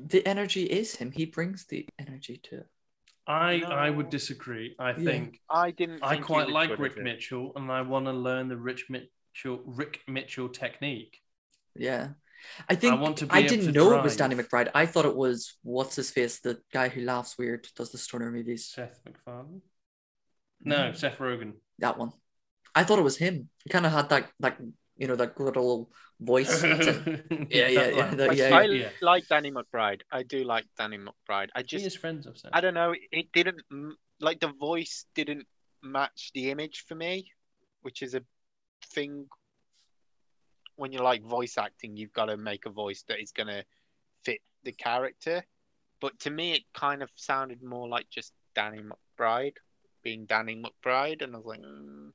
S1: The energy is him. He brings the energy to.
S2: I
S3: No.
S2: I would disagree. I
S1: Yeah.
S2: think
S3: I didn't.
S2: I
S3: think he
S2: quite
S3: was
S2: like
S3: good
S2: Rick
S3: at it.
S2: Mitchell, and I want to learn the Rich Mitchell Rick Mitchell technique.
S1: Yeah, I think I,
S2: want to be able
S1: didn't
S2: to
S1: know it was
S2: drive.
S1: Danny McBride. I thought it was what's his face, the guy who laughs weird, does the stoner movies.
S2: Seth MacFarlane.
S1: Mm-hmm.
S2: No, Seth Rogen.
S1: That one. I thought it was him. He kind of had that that you know that good old voice. yeah, yeah,
S2: That
S1: yeah.
S2: one.
S1: that-
S3: I,
S1: yeah,
S3: I
S1: yeah.
S2: yeah.
S3: like Danny McBride. I do like Danny McBride. I
S2: He
S3: just,
S2: is friends of Seth.
S3: I don't know. It didn't m- like the voice didn't match the image for me, which is a thing. When you like voice acting, you've got to make a voice that is going to fit the character. But to me, it kind of sounded more like just Danny McBride being Danny McBride, and I was like, mm.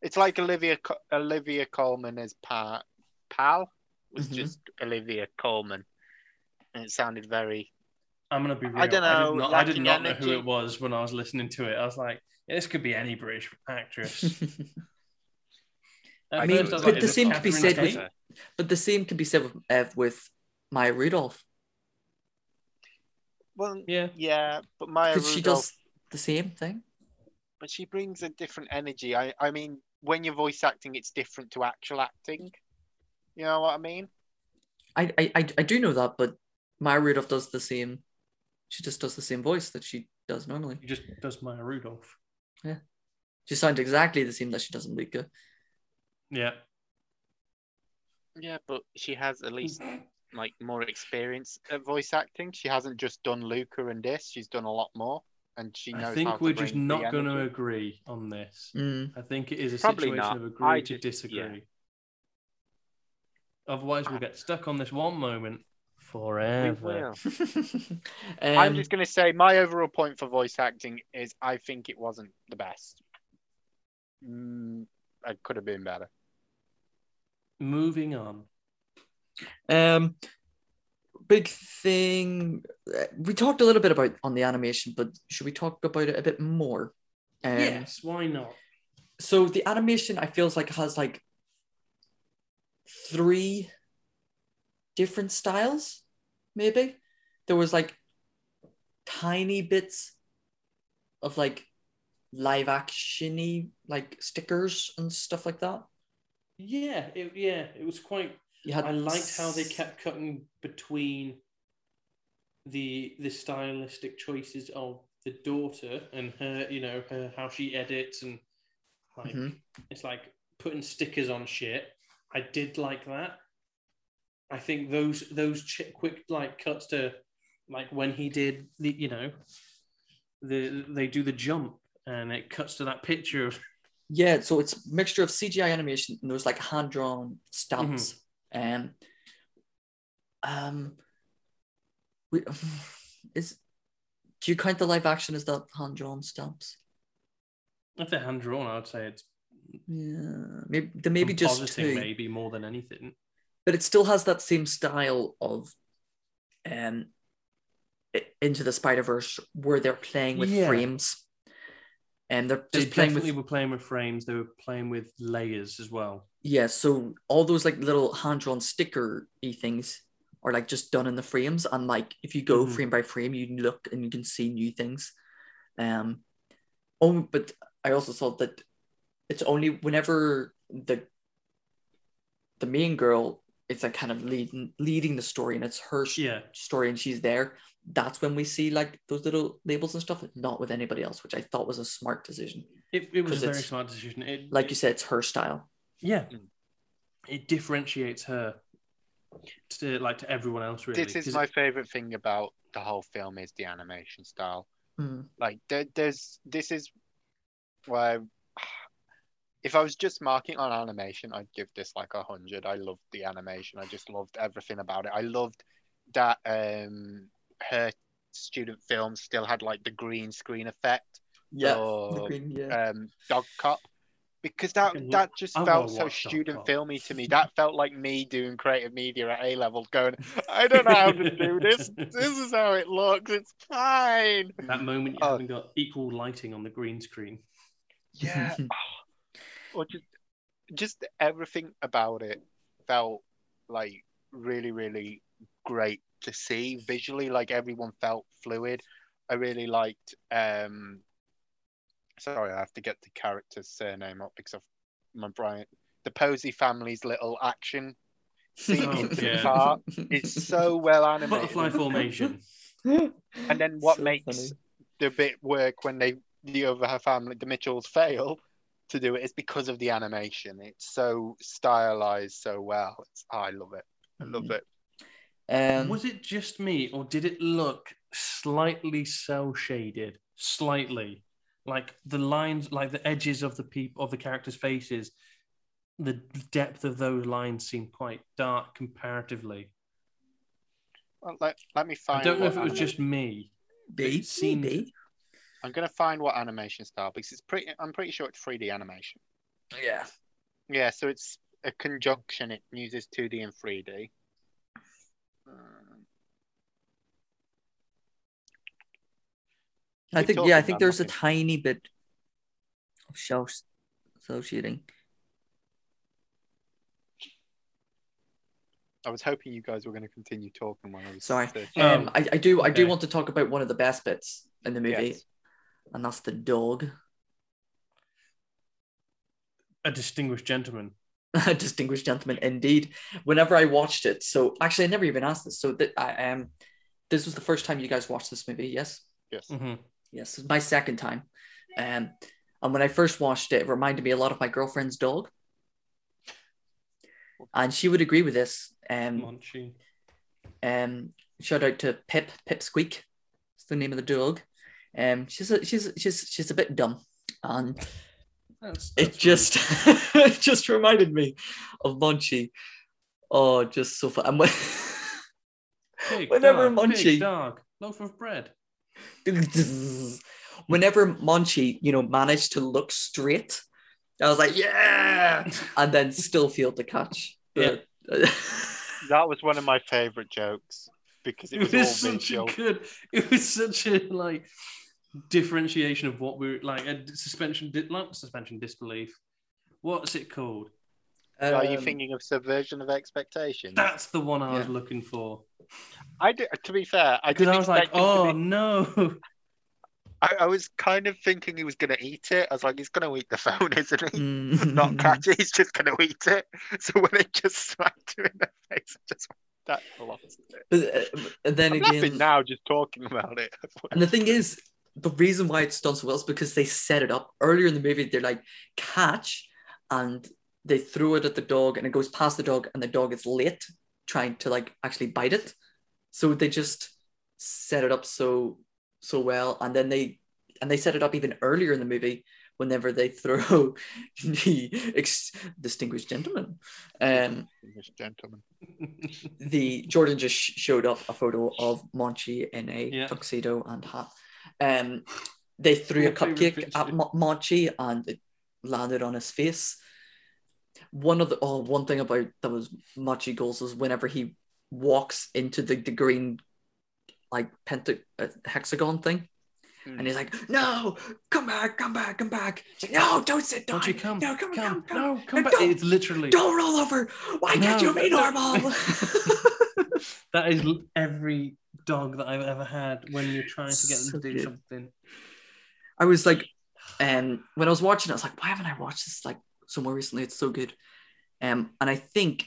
S3: it's like Olivia Co- Olivia Coleman as pa- Pal was
S1: Mhm.
S3: just Olivia Coleman, and it sounded very
S2: I'm gonna be real.
S3: I don't
S2: I
S3: know,
S2: did not, I did
S3: lacking
S2: not know who
S3: energy.
S2: it was when I was listening to it. I was like, this could be any British actress. At
S1: I mean,
S2: first was
S1: but
S2: like,
S1: the
S2: is it
S1: same could be
S2: Catherine
S1: said with-
S2: Tate?
S1: but the same can be said with, uh, with Maya Rudolph
S3: Well,
S2: Yeah.
S3: yeah, but Maya
S1: because
S3: Rudolph,
S1: she does the same thing.
S3: but she brings a different energy. I, I mean, when you're voice acting, it's different to actual acting.
S1: Mm.
S3: You know what I mean?
S1: I I I, I do know that, but Maya Rudolph does the same. She just does the same voice that she does normally.
S2: He just does Maya Rudolph.
S1: She sounds exactly the same that she does in Luca.
S2: Yeah.
S3: Yeah, but she has at least
S1: Mm.
S3: like more experience at voice acting. She hasn't just done Luca and this; she's done a lot more, and she knows.
S2: I
S3: how
S2: think
S3: to
S2: we're just
S3: bring the
S2: not going to
S3: energy.
S2: agree on this.
S1: Mm.
S2: I think it is a
S3: Probably
S2: situation
S3: not.
S2: of
S3: I
S2: agree to
S3: just-
S2: disagree.
S3: yeah. Ah.
S2: Otherwise, we'll get stuck on this one moment forever.
S3: We will. I'm
S1: Um,
S3: just going to say my overall point for voice acting is I think it wasn't the best. Mm, it could have been better.
S2: Moving on.
S1: Um, big thing. uh, We talked a little bit about on the animation, but should we talk about it a bit more? Um,
S2: yes, why not?
S1: So the animation, I feels like has like three different styles. Maybe there was like tiny bits of like live actiony like stickers and stuff like that.
S2: Yeah, it, yeah, it was quite.
S1: You had
S2: I liked how they kept cutting between the the stylistic choices of the daughter and her, you know, her how she edits and like
S1: Mhm.
S2: it's like putting stickers on shit. I did like that. I think those those ch- quick like cuts to like when he did the you know the they do the jump and it cuts to that picture of
S1: Yeah, so it's mixture of CGI animation and there's like hand drawn
S2: Mm-hmm.
S1: stamps. Um, um, we, is do you count the live action as that hand drawn stamps?
S2: if they're hand drawn. I would say it's
S1: Yeah, maybe there may be just
S2: compositing
S1: two,
S2: maybe more than anything.
S1: but it still has that same style of, um, I- into the Spider Verse where they're playing with
S2: Yeah.
S1: frames, and they're
S2: They
S1: just playing with
S2: definitely were playing with frames. They were playing with layers as well.
S1: Yeah, so all those like little hand drawn sticker y things are like just done in the frames. And like if you go
S2: Mhm.
S1: frame by frame, you look and you can see new things. Um oh but I also saw that it's only whenever the the main girl is like kind of leading leading the story and it's her s-
S2: Yeah,
S1: story and she's there, that's when we see like those little labels and stuff, not with anybody else, which I thought was a smart decision.
S2: it, it was
S1: 'Cause
S2: a very
S1: it's-
S2: smart decision. It,
S1: Like you said, it's her style.
S2: yeah,
S3: Mm.
S2: it differentiates her to like to everyone else. Really,
S3: This is
S2: 'Cause
S3: my
S2: it-
S3: favorite thing about the whole film is the animation style.
S1: Mm.
S3: like there, there's this is where if I was just marking on animation, I'd give this like a hundred. I loved the animation. I just loved everything about it. I loved that um her student film still had like the green screen effect
S1: The
S3: for
S1: green, yeah.
S3: um Dog Cop because that
S2: Fucking
S3: that just
S2: I wanna
S3: felt so
S2: watch Dog
S3: student
S2: Cop.
S3: filmy to me. That felt like me doing creative media at A level, going, I don't know how to do this. This is how it looks. It's fine.
S2: that moment you
S3: Oh.
S2: haven't got equal lighting on the green screen.
S3: Yeah. or just just everything about it felt like really really great to see visually like everyone felt fluid i really liked um sorry i have to get the character's surname up because of my brian the posey family's little action scene
S2: Oh,
S3: into the
S2: yeah.
S3: car it's so well animated
S2: Butterfly formation.
S1: and
S3: and then what makes the bit work when they the other family the Mitchells fail to do it is because of the animation. It's so stylized so well. It's, I love it. I
S1: Mm.
S3: love it.
S1: Um,
S2: Was it just me, or did it look slightly cell shaded? Slightly, like the lines, like the edges of the people of the characters' faces, the depth of those lines seemed quite dark comparatively.
S3: Well, let, let me find.
S2: I don't know
S3: what
S2: if it was
S3: anima-
S2: just me.
S1: B?
S2: it seemed-
S1: B?
S3: I'm gonna find what animation style because it's pretty. I'm pretty sure it's 3D animation.
S1: Yeah.
S3: Yeah, so it's a conjunction. It uses 2D and 3D. Um,
S1: I
S3: You're
S1: think
S3: talking
S1: yeah, I think
S3: about
S1: there's a
S3: nothing.
S1: tiny bit of shell cell shading.
S3: I was hoping you guys were going to continue talking while I was
S1: Sorry.
S3: searching.
S1: Um,
S2: Oh,
S1: I, I do I do
S2: okay.
S1: want to talk about one of the best bits in the movie,
S3: Yes.
S1: and that's the dog,
S2: A distinguished gentleman.
S1: a distinguished gentleman indeed. Whenever I watched it, so actually I never even asked this. So that I um, this was the first time you guys watched this movie, yes?
S3: Yes.
S2: Mhm.
S1: Yes, this is my second time. Um, and when I first watched it, it reminded me a lot of my girlfriend's dog. And she would agree with this. Um,
S2: Munchie.
S1: um, shout out to Pip, Pip Squeak. It's the name of the dog. Um, she's a, she's she's she's a bit dumb, and
S2: That's-
S1: it
S2: that's
S1: just it just reminded me of Munchie. Oh, just so fun. And when,
S2: rude. Pig,
S1: whenever
S2: dog,
S1: Munchie-
S2: pig, dog, loaf of bread.
S1: whenever Munchie, you know, managed to look straight, I was like, yeah, and then still failed to catch. the-
S3: That was one of my favorite jokes because it
S2: It was,
S3: was, all
S2: such
S3: visual.
S2: a good. It was such a like differentiation of what we were like a suspension, di- not suspension disbelief. What's it called?
S3: Are you
S1: Um,
S3: thinking of subversion of expectations?
S2: That's the one I was
S1: Yeah.
S2: looking for.
S3: I did, to be fair, I
S2: Because
S3: didn't
S2: I was like,
S3: expect him to
S2: oh
S3: be-
S2: no,
S3: I, I was kind of thinking he was going to eat it. I was like, he's going to eat the phone, isn't he?
S1: mm,
S3: Not catch it. He's just going to eat it. So when they just smacked him in the face, I just that lost it.
S1: But, uh, and then
S3: I'm laughing
S1: again,
S3: now just talking about it.
S1: and the thing is, the reason why it's done so well is because they set it up earlier in the movie. They're like catch, and they throw it at the dog, and it goes past the dog, and the dog is late trying to like actually bite it. So they just set it up so so well, and then they and they set it up even earlier in the movie whenever they throw the ex- distinguished gentleman. Um,
S3: This gentleman.
S1: the Jordan just sh- showed up a photo of Monchi in a
S2: Yeah.
S1: tuxedo and hat. Um, they threw a
S2: My favourite
S1: cupcake
S2: picture.
S1: at Mo- Monchi and it landed on his face. One of the oh, one thing about that was Monchi goals is whenever he walks into the, the green like penta uh, hexagon thing.
S3: Hmm.
S1: And he's like, "No, come back, come back, come back!" He's like, "No, don't sit down.
S2: don't you come?
S1: no, come, come, come,
S2: no, come back!
S1: Don't-
S2: It's literally
S1: Don't roll over. Why can't
S2: No,
S1: you be
S2: no.
S1: normal?"
S2: that is l- every dog that I've ever had when you're trying to get
S1: So
S2: them to do
S1: good.
S2: something.
S1: I was like, um, when I was watching, it, I was like, why haven't I watched this like somewhere recently? It's so good. Um, and I think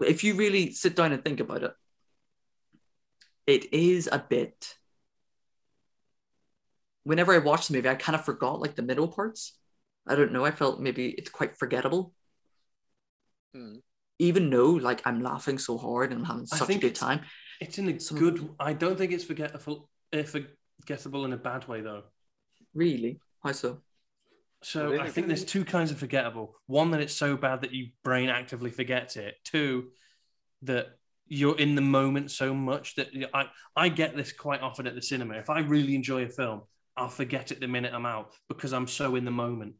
S1: if you really sit down and think about it, it is a bit. Whenever I watched the movie, I kind of forgot like the middle parts. I don't know. I felt maybe it's quite forgettable,
S3: Hmm.
S1: even though like I'm laughing so hard and I'm having
S2: I
S1: such a
S2: think
S1: good
S2: it's-
S1: time.
S2: It's in a
S1: Some-
S2: good. I don't think it's forgetful. eh, Forgettable in a bad way though.
S1: Really? Why so?
S2: So
S3: Really?
S2: I think there's two kinds of forgettable. One that it's so bad that your brain actively forgets it. Two, that you're in the moment so much that you- I I get this quite often at the cinema. If I really enjoy a film, I'll forget it the minute I'm out because I'm so in the moment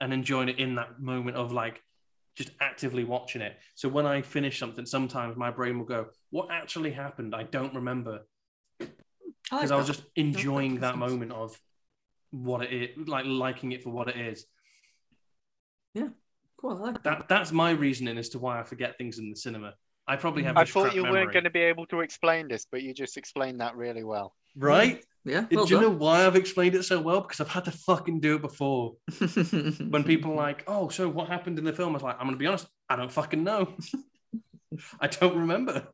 S2: and enjoying it in that moment of like just actively watching it. So when I finish something, sometimes my brain will go, "What actually happened? I don't remember."
S1: like
S2: because I was
S1: that.
S2: just enjoying
S1: makes
S2: that
S1: sense.
S2: moment of what it is, like liking it for what it is.
S1: Cool. I like that.
S2: That that's my reasoning as to why I forget things in the cinema. I probably have.
S3: I
S2: a crap
S3: thought you weren't
S2: memory.
S3: going to be able to explain this, but you just explained that really well.
S2: Right?
S1: Yeah.
S2: Do
S1: Well
S2: you know
S1: done.
S2: why I've explained it so well? Because I've had to fucking do it before. When people are like, "Oh, so what happened in the film?" I was like, "I'm going to be honest. I don't fucking know. I don't remember."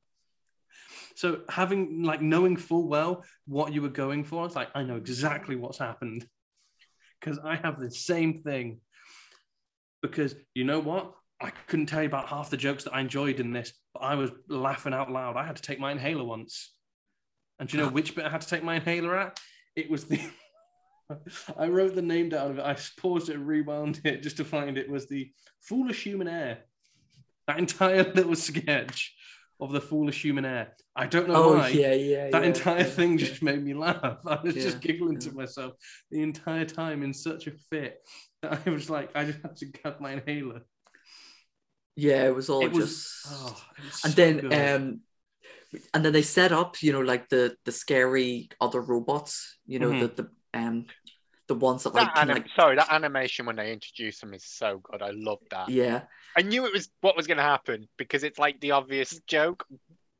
S2: So having like knowing full well what you were going for, it's like I know exactly what's happened because I have the same thing. Because you know what? I couldn't tell you about half the jokes that I enjoyed in this, but I was laughing out loud. I had to take my inhaler once. And do you know which bit I had to take my inhaler at? It was the I wrote the name down of it. I paused it and rewound it just to find it was the Foolish Human Air. That entire little sketch of the Foolish Human Air. I don't know
S1: oh
S2: why.
S1: yeah, yeah.
S2: That
S1: yeah,
S2: entire
S1: yeah,
S2: thing
S1: yeah.
S2: just made me laugh. I was
S1: Yeah,
S2: just giggling
S1: yeah.
S2: to myself the entire time in such a fit that I was like, I just had to grab my inhaler.
S1: Yeah, it was all
S2: It was,
S1: just.
S2: oh, it was
S1: and
S2: so
S1: then
S2: good.
S1: um and then they set up you know like the the scary other robots you know
S2: Mm-hmm.
S1: the, the um the ones that like,
S3: That
S1: can,
S3: anim-
S1: like
S3: sorry, that animation when they introduce them is so good. I love that.
S1: yeah
S3: I knew it was what was going to happen because it's like the obvious joke,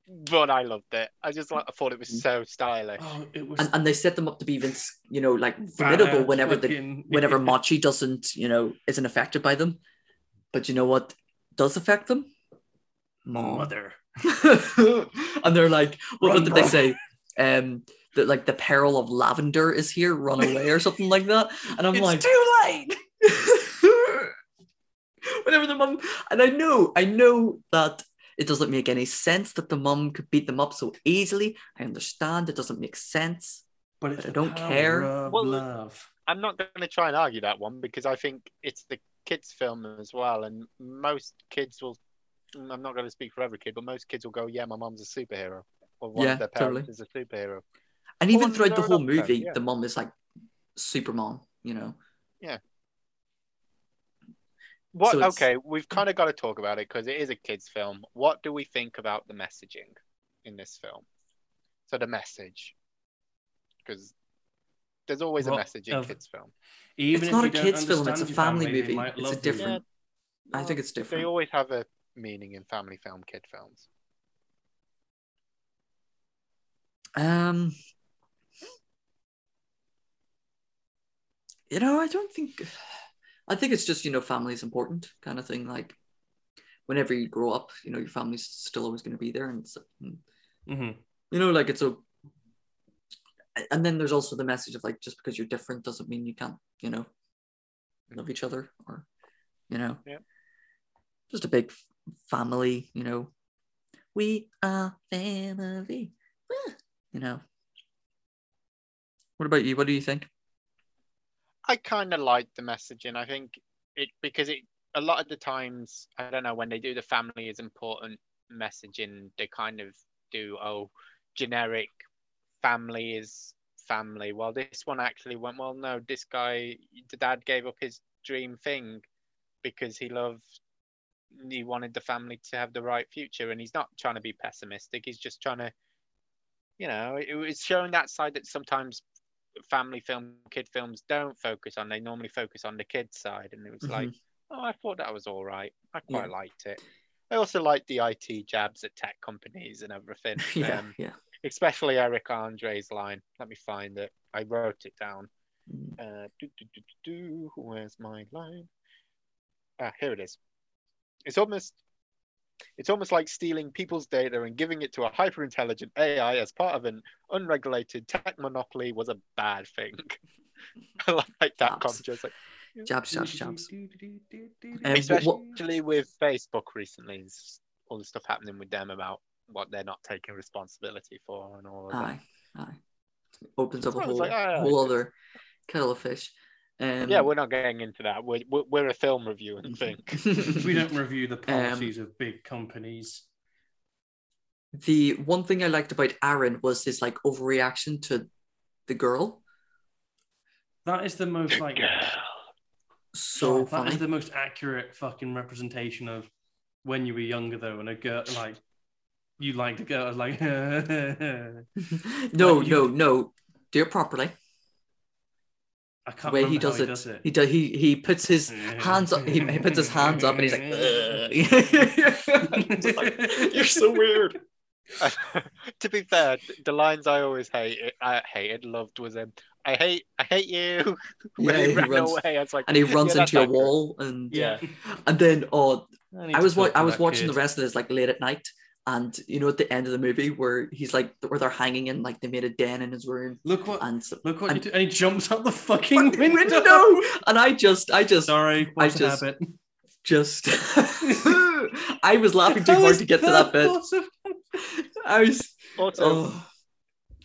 S3: but I loved it. I just like I thought it
S1: Mm.
S3: was so stylish.
S2: oh, it was
S1: and, and they set them up to be even s- you know like
S2: fat
S1: formidable
S2: ass
S1: whenever the
S2: fucking-
S1: whenever Machi doesn't you know isn't affected by them but you know what does affect them Maw.
S2: mother.
S1: and they're like what,
S2: Run,
S1: what did they
S2: bro.
S1: say um that like the peril of lavender is here run away or something like that and i'm
S2: it's
S1: like
S2: too late.
S1: whenever the mum and I know, I know that it doesn't make any sense that the mum could beat them up so easily. I understand it doesn't make sense.
S2: But it's
S1: I
S2: the
S1: don't
S2: power
S1: care.
S2: Of
S3: Well,
S2: love.
S3: I'm not going to try and argue that one because I think it's the kids' film as well, and most kids will. I'm not going to speak for every kid, but most kids will go, "Yeah, my mom's a superhero," or one
S1: Yeah,
S3: of their parents
S1: totally.
S3: is a superhero.
S1: And even
S2: Oh,
S3: Well,
S1: throughout the
S3: fair
S1: whole
S3: enough then,
S1: movie,
S3: yeah.
S1: the mum is like Superman, you know.
S3: What?
S1: So it's-
S3: okay, we've kind of got to talk about it because it is a kids' film. What do we think about the messaging in this film? So the message, because there's always
S2: Well,
S3: a message in
S2: of-
S3: kids' film.
S2: Even
S1: It's
S2: if
S1: not
S2: you
S1: a
S2: don't
S1: kids' film, it's
S2: understand
S1: a
S2: your family,
S1: family
S2: they
S1: movie.
S2: might
S1: It's a
S2: love you.
S1: different- I
S3: Well,
S1: think it's
S3: They
S1: different.
S3: always have a meaning in family film, kid films.
S1: Um You know, I don't think I think it's just, you know, family is important kind of thing. Like whenever you grow up, you know, your family's still always gonna be there and, hmm, it's- and Mm-hmm.
S2: Mhm.
S1: you know like it's a and then there's also the message of like just because you're different doesn't mean you can't you know love each other or you know
S3: Yeah.
S1: just a big f- family you know we are family Ah, you know what about you what do you think
S3: I kind of like the messaging. I think it because it a lot of the times I don't know when they do the family is important messaging, they kind of do oh generic family is family. Well, this one actually went well. No, this guy, the dad gave up his dream thing because he loved. He wanted the family to have the right future, and he's not trying to be pessimistic. He's just trying to, you know, it was showing that side that sometimes family film kid films don't focus on they normally focus on the kids side and it was like oh i thought that was all right i quite liked it i also liked the it jabs at tech companies and everything
S1: yeah
S3: um,
S1: yeah
S3: especially eric andre's line let me find it i wrote it down
S1: Mm.
S3: uh, do, do, do, do, do. Where's my line? Ah, here it is. It's almost, it's almost like stealing people's data and giving it to a hyper-intelligent AI as part of an unregulated tech monopoly was a bad thing. I like that
S1: Abs-
S3: comment. It's like,
S1: jabs jabs jabs Um,
S3: especially
S1: what-
S3: with Facebook recently, and s- all the stuff happening with them about what they're not taking responsibility for and all of that.
S1: aye aye opens up a
S3: I was
S1: whole,
S3: like, ah,
S1: whole
S3: it's-
S1: other kettle of fish um,
S3: yeah, we're not getting into that. We're we're, we're a film review and think.
S2: we don't review
S1: Um,
S2: the policies of big companies.
S1: the one thing I liked about Aaron was his like overreaction to the girl.
S2: That is the most like
S1: So
S2: that
S1: funny.
S2: is the most accurate fucking representation of when you were younger though, and a girl like you liked a girl I was like
S1: no,
S2: Like, you-
S1: no, no. Do it properly.
S2: I can't
S1: way
S2: remember
S1: he does,
S2: how
S1: it, he does he he puts his hands up. He, he puts his hands up, and he's like, "Ugh." It's like, "You're so weird."
S3: to be fair, th- the lines I always hate, I hated, loved was um, I hate, I hate you. when
S1: Yeah,
S3: he
S1: he
S3: ran
S1: runs
S3: away, I was like,
S1: and he
S3: "Yeah,
S1: runs
S3: that's
S1: into your
S3: accurate."
S1: wall, and
S2: Yeah.
S1: and then oh,
S2: need
S1: I
S2: to
S1: was wa-
S2: talk to
S1: I was
S2: that
S1: watching
S2: kid.
S1: the rest of this like late at night, and you know at the end of the movie where he's like where they're hanging in like they made a den in his room,
S2: Look what
S1: and so,
S2: look what
S1: and-
S2: you do. And he jumps out the fucking window.
S1: window, and I just I just
S2: Sorry,
S1: I
S2: what's
S1: just-
S2: habit?
S1: just I was laughing too
S2: How
S1: hard
S2: is
S1: to get to that bit.
S2: what's a-
S1: I was
S3: Also,
S1: oh,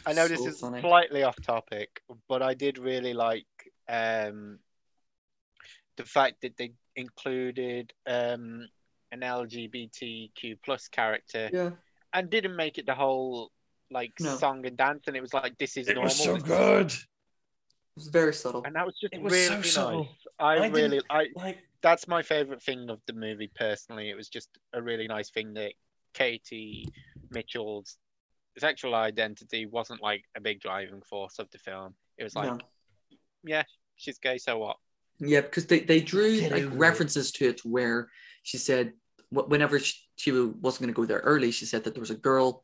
S3: I know this
S1: so
S3: is
S1: funny.
S3: slightly off topic, but I did really like um, the fact that they included um, an LGBTQ plus character
S1: yeah.
S3: and didn't make it the whole like
S1: No.
S3: song and dance, and it was like this is
S2: It
S3: normal,
S2: was so
S3: This is-
S2: good.
S1: It was very subtle.
S3: and that was just
S2: It was
S3: really
S2: so
S3: nice.
S2: subtle.
S3: I,
S2: I didn't-
S3: really, I
S2: Like
S3: that's my favorite thing of the movie personally. It was just a really nice thing that Katie Mitchell's sexual identity wasn't like a big driving force of the film. It was like
S1: No.
S3: she's gay, so what?
S1: Yeah, because they, they drew
S2: Get
S1: like
S2: over it.
S1: references to it where she said wh- whenever she, she wasn't going to go there early, she said that there was a girl,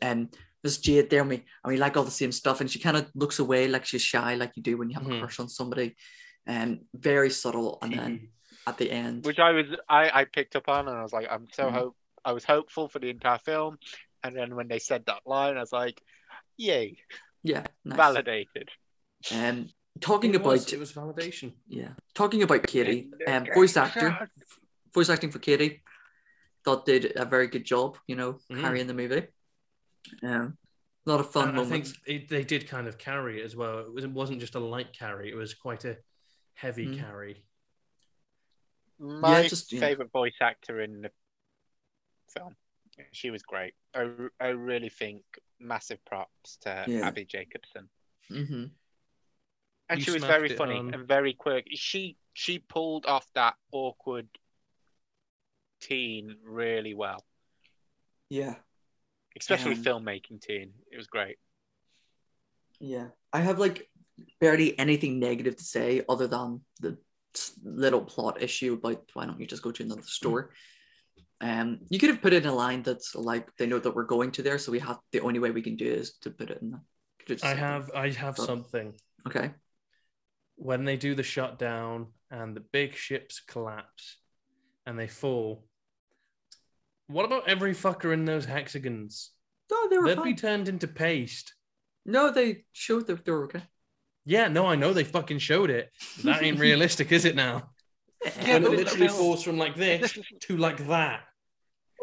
S1: and this Jade there, and we and we like all the same stuff, and she kind of looks away like she's shy, like you do when you have a
S2: Mhm.
S1: crush on somebody, and very subtle. And then at the end,
S3: Which I was, I, I picked up on, and I was like, I'm so
S1: Mhm.
S3: hope, I was hopeful for the entire film, and then when they said that line, I was like, yay,
S1: yeah, nice.
S3: validated.
S1: Um, talking
S2: it
S1: about
S2: was, it was validation.
S1: yeah, talking about Katie, um,
S3: Okay,
S1: voice actor,
S3: God.
S1: voice acting for Katie, thought did a very good job. You know,
S2: Mhm.
S1: carrying the movie. Um, a lot of Mm-hmm. fun
S2: And I think
S1: moments.
S2: it, they did kind of carry it as well. It, was, it wasn't just a light carry; it was quite a heavy
S1: Mm.
S2: carry.
S3: My
S1: just, yeah.
S3: favorite voice actor in the film. She was great. I, I really think massive props to
S1: Yeah.
S3: Abby Jacobson,
S1: hmm
S3: and
S2: You
S3: she was
S2: smacked
S3: very
S2: it um,
S3: funny
S2: on.
S3: and very quirky. She she pulled off that awkward teen really well,
S1: Yeah,
S3: especially
S1: Um,
S3: filmmaking teen. It was great.
S1: yeah. I have like barely anything negative to say other than the s- little plot issue about why don't you just go to another store. Um, you could have put it in a line that's like they know that we're going to there, so we have the only way we can do is to put it in. The, could it just
S2: I
S1: say that?
S2: have, I have
S1: Oh.
S2: something.
S1: okay.
S2: When they do the shutdown and the big ships collapse and they fall, what about every fucker in those hexagons?
S1: No, they were
S2: They'd
S1: fine.
S2: be turned into paste.
S1: no, they showed that they were okay.
S2: Yeah, no, I know they fucking showed it. but That ain't realistic, is it now?
S3: Yeah,
S2: when
S3: but
S2: it
S3: it's
S2: literally
S3: still-
S2: falls from like this to like that.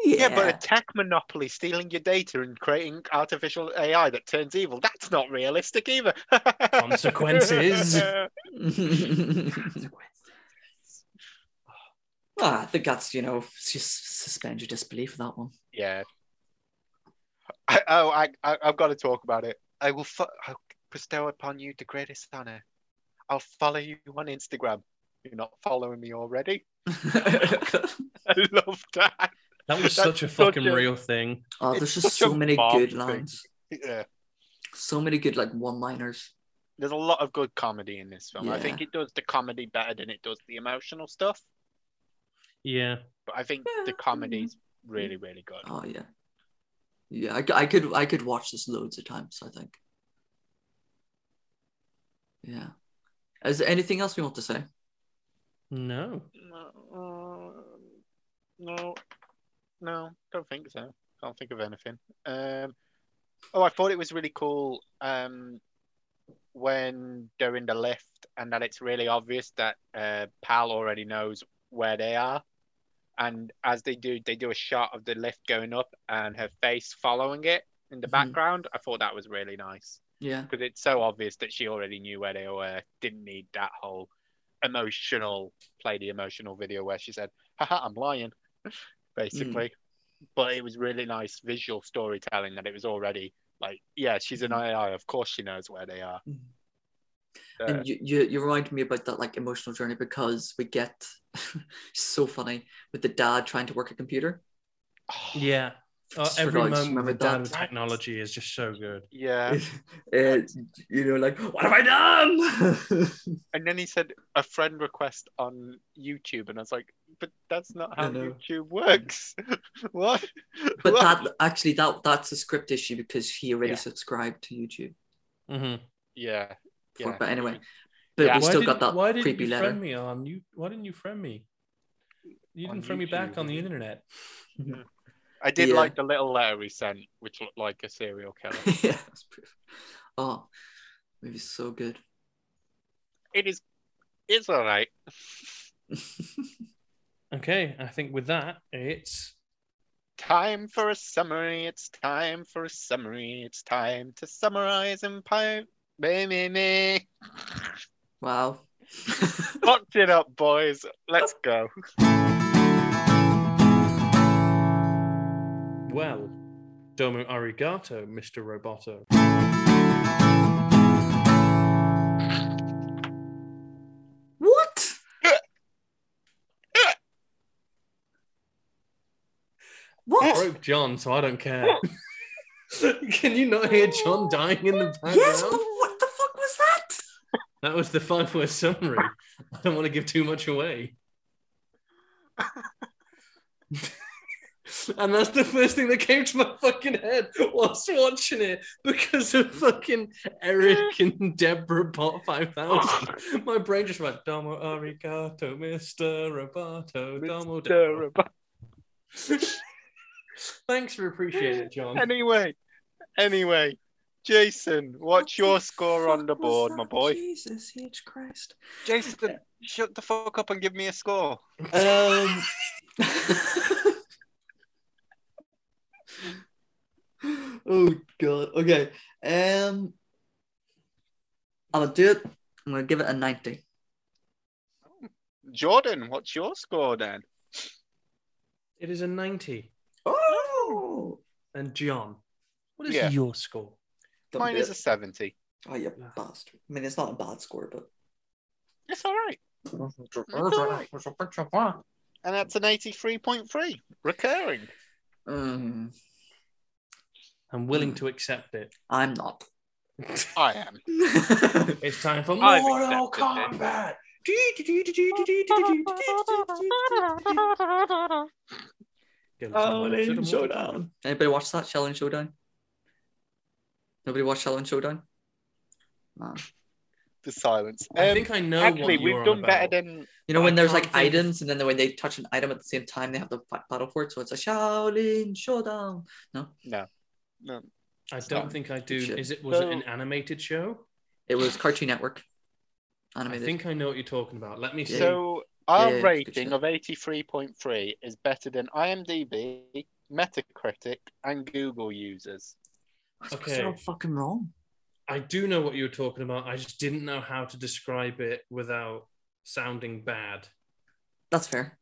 S3: Yeah, but a tech monopoly stealing your data and creating artificial AI that turns evil, that's not realistic either.
S2: Consequences.
S1: Well, I think that's Ah, you know just suspend your disbelief for that one.
S3: Yeah. I, oh, I, I, I've got to talk about it. I will fo- I'll bestow upon you the greatest honor. I'll follow you on Instagram. You're not following me already. I love that.
S2: That was
S3: That's
S2: such a
S3: such
S2: fucking
S3: a-
S2: real thing.
S1: oh,
S3: It's
S1: there's just
S3: such a
S1: so many
S3: mom
S1: good
S3: thing.
S1: lines.
S3: Yeah.
S1: So many good like one-liners.
S3: There's a lot of good comedy in this film. I think
S1: Yeah.
S3: it does the comedy better than it does the emotional stuff.
S2: Yeah.
S3: But I think
S1: Yeah,
S3: the
S1: mhm.
S3: comedy's really, really good.
S1: Oh yeah, yeah. I, c- I could I could watch this loads of times. I think. Yeah. Is there anything else we want to say?
S2: No.
S3: No, uh, no, no, don't think so. Can't think of anything. Um, oh, I thought it was really cool um, when they're in the lift and that it's really obvious that uh, Pal already knows where they are. And as they do, they do a shot of the lift going up and her face following it in the
S1: Mhm.
S3: background. I thought that was really nice
S1: Yeah.
S3: because it's so obvious that she already knew where they were. Didn't need that whole emotional play the emotional video where she said, "Haha, I'm lying," basically. But it was really nice visual storytelling that it was already like, yeah, she's an
S1: Mhm.
S3: AI. Of course, she knows where they are.
S1: Mhm.
S3: Uh,
S1: and you, you you remind me about that like emotional journey because we get so funny with the dad trying to work a computer
S2: Yeah. Uh,
S1: Just
S2: every
S1: forgot, just
S2: moment
S1: remember
S2: of the time
S1: that.
S2: with technology is just so good.
S3: Yeah.
S1: Uh, you know, like, what have I done?
S3: And then he said a friend request on YouTube, and I was like, but that's not
S1: I
S3: how
S1: know.
S3: YouTube works. what?
S1: but
S3: What?
S1: that actually that that's a script issue because he already
S3: Yeah.
S1: subscribed to YouTube.
S2: Mm-hmm.
S3: yeah.
S1: for-
S3: Yeah.
S1: But anyway, but
S3: Yeah.
S1: we
S2: why
S1: still
S2: didn't,
S1: got that
S2: why didn't
S1: creepy
S2: you
S1: letter.
S2: friend me on you? Why didn't you friend me? You
S3: On
S2: didn't friend me back
S3: YouTube,
S2: on the
S3: yeah.
S2: internet.
S3: I did
S1: Yeah.
S3: like the little letter he sent, which looked like a serial killer.
S1: yeah, that's proof. Oh, movie's so good.
S3: it is. It's all right.
S2: Okay, I think with that, it's
S3: Time for a summary. It's time for a summary. It's time to summarize and pie. Me, me, me.
S1: wow.
S3: Fucked it up, boys. Let's go.
S2: well, domo arigato, Mr. Roboto.
S1: what?
S2: I
S1: what?
S2: broke John, so I don't care. Can you not hear John dying in the background?
S1: Yes, but what the fuck was that?
S2: That was the five word summary. I don't want to give too much away. and that's the first thing that came to my fucking head whilst watching it because of fucking Eric and Deborah Bot 5000. my brain just went, Domo arigato, Mr. Roboto, Domo. Domo."
S3: Mr. Rob-
S2: Thanks for appreciating it, John.
S3: Anyway, anyway, Jason, what's your score on the board, my boy?
S1: Jesus H Christ.
S3: Jason, shut the fuck up and give me a score.
S1: Um. oh god. Okay. Um. I'm gonna do it. I'm gonna give it a ninety.
S3: Jordan, what's your score then?
S2: It is a 90.
S1: Oh.
S2: And John, what is
S3: Yeah.
S2: your score?
S1: Don't
S3: Mine
S1: do
S3: is
S1: it.
S3: a 70.
S1: Oh, you bastard. I mean, it's not a bad score, but.
S3: It's all right. And that's an 83.3 recurring.
S1: Mm,
S2: I'm willing to accept it.
S1: I'm not.
S3: I am.
S2: It's time for
S3: I've
S2: Mortal
S3: accepted
S2: Kombat.
S1: Showdown. Anybody watch that? Shaolin Showdown? Nobody watched Shaolin Showdown? No.
S3: The silence.
S2: I
S3: Um,
S2: think I know
S3: actually,
S2: what you're
S3: we've done
S2: on
S3: better
S2: about.
S3: than
S1: You know, when
S2: I
S1: there's
S2: can't
S1: like
S2: think of-
S1: items, and then when they touch an item at the same time, they have the fight battle for it. So it's a Shaolin Showdown. No,
S3: no,
S2: I don't think I do.
S1: Shit.
S2: Is it was it an
S3: So-
S2: animated show?
S1: it was Cartoon Network.
S2: I
S1: Animated.
S2: think I know what you're talking about. Let me see.
S3: So our
S1: Yeah, good
S3: rating
S1: shot.
S3: of 83.3 is better than IMDb, Metacritic, and Google users.
S1: That's 'cause
S2: okay.
S1: they're all fucking wrong.
S2: I do know what you were talking about. I just didn't know how to describe it without sounding bad.
S1: That's fair.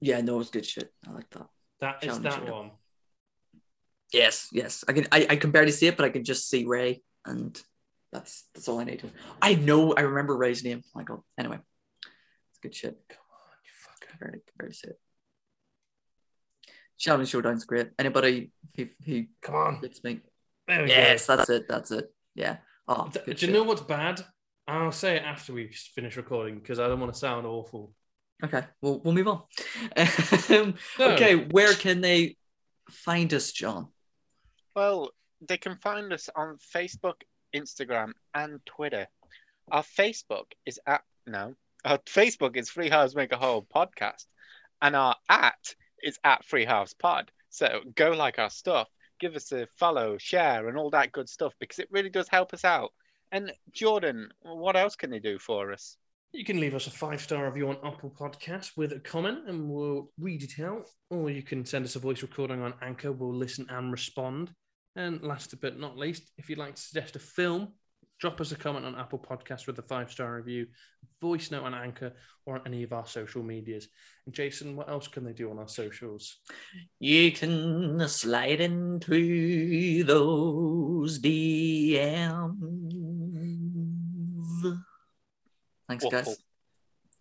S1: Yeah, no, it was good shit. I like that.
S2: That is
S1: Sounds
S2: that
S1: good.
S2: one.
S1: Yes, yes. I can. I, I can barely see it, but I can just see Ray, and that's that's all I need. I know. I remember Ray's name. My God. Anyway, it's good shit.
S2: Come on, you fucker.
S1: Can barely, can barely see it. Shaolin Showdown's great. Anybody who who
S2: Come on.
S1: gets me
S2: There we go.
S1: Yes, that's it. That's it. Yeah. Oh,
S2: Th-
S1: good
S2: do
S1: shit.
S2: you know what's bad? I'll say it after we finish recording because I don't want to sound awful.
S1: okay. Well, we'll move on. Um,
S2: No.
S1: okay. Where can they find us, John?
S3: Well, they can find us on Facebook, Instagram, and Twitter. Our Facebook is at no, our Facebook is Free House Make a Whole Podcast, and our at is at Free House Pod. So go like our stuff, give us a follow, share, and all that good stuff because it really does help us out. And Jordan, what else can they do for us?
S2: You can leave us a five star review on Apple Podcasts with a comment and we'll read it out. Or you can send us a voice recording on Anchor. We'll listen and respond. And last but not least, if you'd like to suggest a film, drop us a comment on Apple Podcasts with a five star review, voice note on Anchor, or on any of our social medias. And Jason, what else can they do on our socials?
S1: You can slide into those DMs. Thanks,
S3: Waffle.
S1: guys.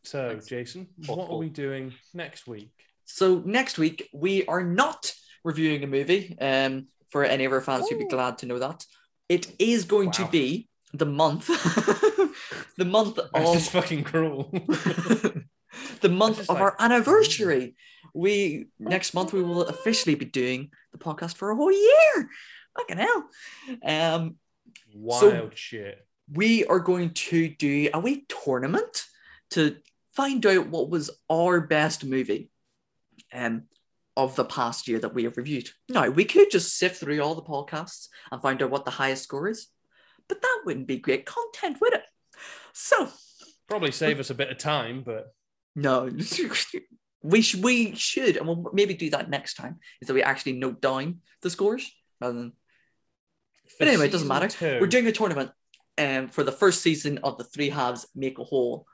S2: So,
S1: Thanks.
S2: Jason, what are
S3: Awful.
S2: we doing next week?
S1: So next week we are not reviewing a movie. Um, for any of our fans who'd be
S3: Ooh.
S1: glad to know that it is going to
S5: Wow.
S1: be the month, the month
S2: That's just
S1: of
S2: fucking cruel.
S1: the month
S2: This
S1: of
S2: is
S1: our
S2: like-
S1: anniversary. We next month we will officially be doing the podcast for a whole year. Fucking hell. Um,
S2: Wild shit.
S1: we are going to do a wee tournament to find out what was our best movie um, of the past year that we have reviewed. Now, we could just sift through all the podcasts and find out what the highest score is, but that wouldn't be great content, would it? So,
S2: Probably save us a bit of time, but
S1: no, we, sh- we should, and we'll maybe do that next time, is that we actually note down the scores rather than But anyway, it doesn't matter.
S2: we
S1: We're doing a tournament um, for the first season of the Three Halves Make a Whole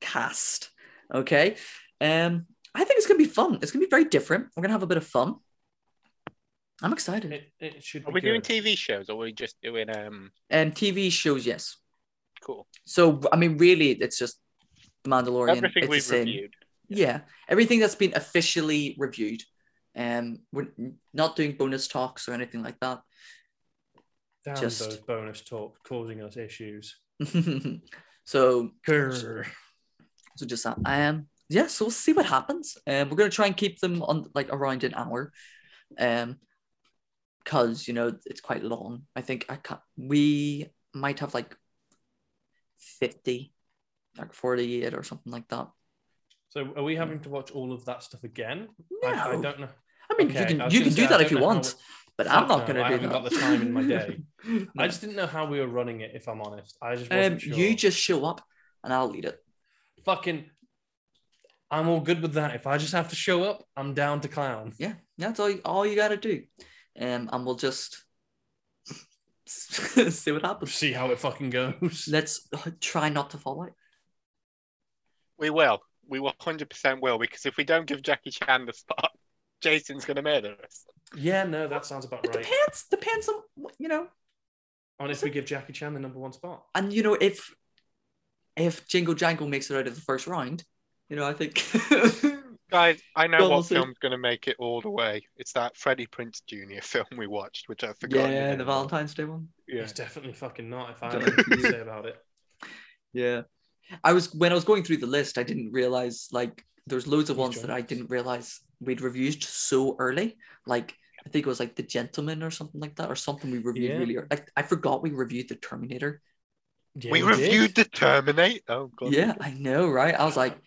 S1: podcast. Okay. Um, I think it's going to be fun. It's going to be very different. We're going to have a bit of fun. I'm excited.
S2: It, it should.
S3: Are
S2: be
S3: we doing
S2: good.
S3: TV shows or are we just doing um
S1: Um, TV shows, yes.
S3: cool
S1: So, I mean, really, it's just The Mandalorian.
S3: everything
S1: it's the
S3: we've
S1: same.
S3: reviewed?
S1: Yeah. Everything that's been officially reviewed. Um, we're not doing bonus talks or anything like that.
S2: Damn
S1: just-
S2: those bonus talk causing us issues.
S1: so
S2: Grr.
S1: So just that. Um, yeah. So we'll see what happens. Um, we're gonna try and keep them on like around an hour, um, because you know it's quite long. I think I can We might have like fifty, like forty-eight or something like that.
S2: So are we having to watch all of that stuff again?
S1: No,
S2: I, I
S1: I,
S2: don't know.
S1: mean
S2: Okay,
S1: you
S2: I
S1: can
S2: was
S1: you
S2: gonna
S1: can
S2: say,
S1: do
S2: I
S1: that
S2: don't
S1: if you
S2: know how
S1: want,
S2: it-
S1: but I'm
S2: Fuck
S1: not
S2: no,
S1: gonna
S2: I
S1: do
S2: haven't
S1: that.
S2: got the time in my day.
S1: No.
S2: I just didn't know how we were running it. If I'm honest, I just wasn't
S1: um,
S2: sure.
S1: you just show up and I'll lead it.
S2: fucking. I'm all good with that. If I just have to show up, I'm down to clown.
S1: yeah, that's all you, all you gotta do, um, and we'll just see what happens.
S2: See how it fucking goes.
S1: Let's try not to fall out.
S3: We will. We will hundred percent will because if we don't give Jackie Chan the spot, Jason's gonna murder us.
S2: Yeah, no, that sounds about
S1: It
S2: right.
S1: depends. Depends on what- you know,
S2: And if we give Jackie Chan the number one spot,
S1: and you know if if Jingle Jangle makes it out of the first round, you know I think
S3: Guys, I know
S1: Well, we'll
S3: what
S1: see.
S3: film's gonna make it all the way. It's that Freddie Prince Jr. film we watched, which I forgot.
S1: yeah, the Valentine's Day one.
S3: Yeah.
S2: it's definitely fucking not. If I have anything to say about it,
S1: Yeah, I was when I was going through the list, I didn't realize like there's loads of
S2: Please
S1: ones
S2: join
S1: that I
S2: us.
S1: didn't realize we'd reviewed so early, like. I think it was like The Gentleman or something like that, or something we reviewed
S2: Yeah.
S1: really early. Like, I forgot we reviewed The Terminator.
S2: Yeah,
S3: we
S2: did.
S3: reviewed the Terminator. Oh god.
S1: yeah, I know, right? I was like,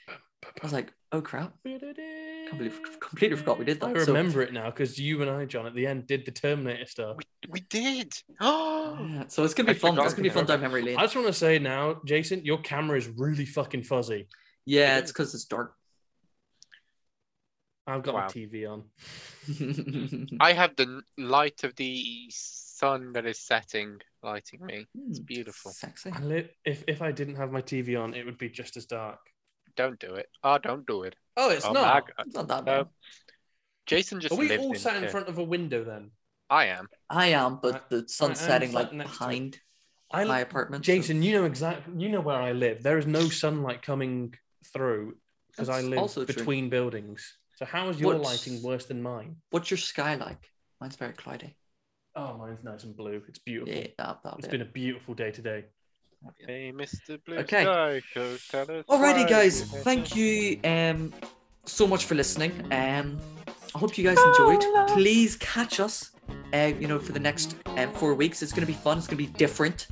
S1: I was like, oh crap. Completely, completely forgot we did that.
S2: I
S1: So-
S2: remember it now because you and I, John, at the end did the Terminator stuff.
S3: We, we did. Oh
S1: Yeah, so it's gonna be
S3: I
S1: fun.
S3: forgot
S1: It's gonna be fun down memory lane.
S2: I just want to say now, Jason, your camera is really fucking fuzzy.
S1: Yeah, it's because it's dark.
S2: I've got my
S3: Wow.
S2: TV on.
S1: Hmm.
S3: I have the light of the sun that is setting lighting me. It's beautiful.
S1: Sexy.
S2: I li- if if I didn't have my TV on, it would be just as dark.
S3: Don't do it. Oh, don't do it.
S2: Oh, it's
S3: oh my
S2: not.
S3: god.
S1: It's not that
S3: No,
S1: bad.
S3: Jason just
S2: Are we
S3: lived
S2: all
S3: in
S2: sat in
S3: fear.
S2: front of a window then?
S3: I am.
S1: I am, but the
S2: uh, I am
S1: sun's setting like
S2: sat next to-
S1: behind
S2: I
S1: my apartment. so
S2: Jason, you know exactly. You know where I live. There is no sunlight coming through because I
S1: that's
S2: live
S1: also true.
S2: between buildings. So how is your
S1: What's-
S2: lighting worse than mine?
S1: What's your sky like? Mine's very cloudy.
S2: Oh, mine's nice and blue. It's beautiful.
S1: Yeah, that, that
S2: It's
S1: bit.
S2: been a beautiful day today.
S3: Hey, Mr. Blue
S1: Okay.
S3: Sky, go tell us
S1: Alrighty,
S3: why
S1: guys.
S3: you-
S1: Thank you um, so much for listening. Um, I hope you guys enjoyed. Please catch us. Uh, you know, for the next um, four weeks, it's going to be fun. It's going to be different.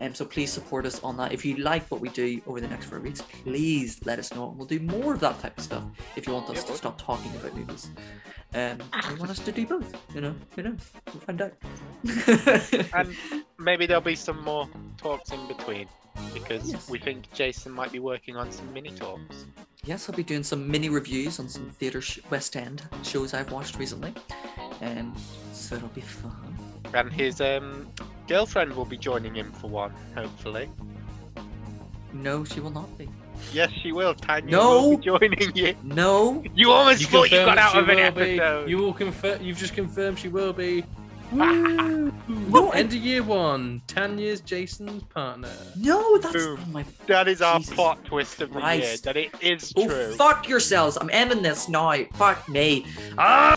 S1: Um, so please support us on that. If you like what we do over the next four weeks, please let us know. We'll do more of that type of stuff. If you want us
S3: Yeah,
S1: to
S3: boy.
S1: stop talking about movies, um, or you want us to do both. You know, who knows? We'll find out.
S3: And maybe there'll be some more talks in between because
S1: Yes.
S3: we think Jason might be working on some mini talks.
S1: Yes, I'll be doing some mini reviews on some theatre sh- West End shows I've watched recently. Um, so it'll be fun.
S3: And his um, girlfriend will be joining him for one, hopefully.
S1: No, she will not be.
S3: Yes, she will. Tanya
S1: No.
S3: will be joining you.
S1: No.
S3: You almost thought you
S2: confirm
S3: got
S2: that
S3: out
S2: she
S3: of an
S2: will be-
S3: episode.
S2: You will confirm. You've just confirmed she will be.
S1: No, I-
S2: End of year one. Tanya's Jason's partner.
S1: no, that's
S3: Boom.
S1: oh my.
S3: That is our
S1: Jesus
S3: plot twist of the year.
S1: Christ.
S3: That it is
S1: Oh,
S3: true.
S1: fuck yourselves! I'm ending this now. Fuck me.
S3: Ah!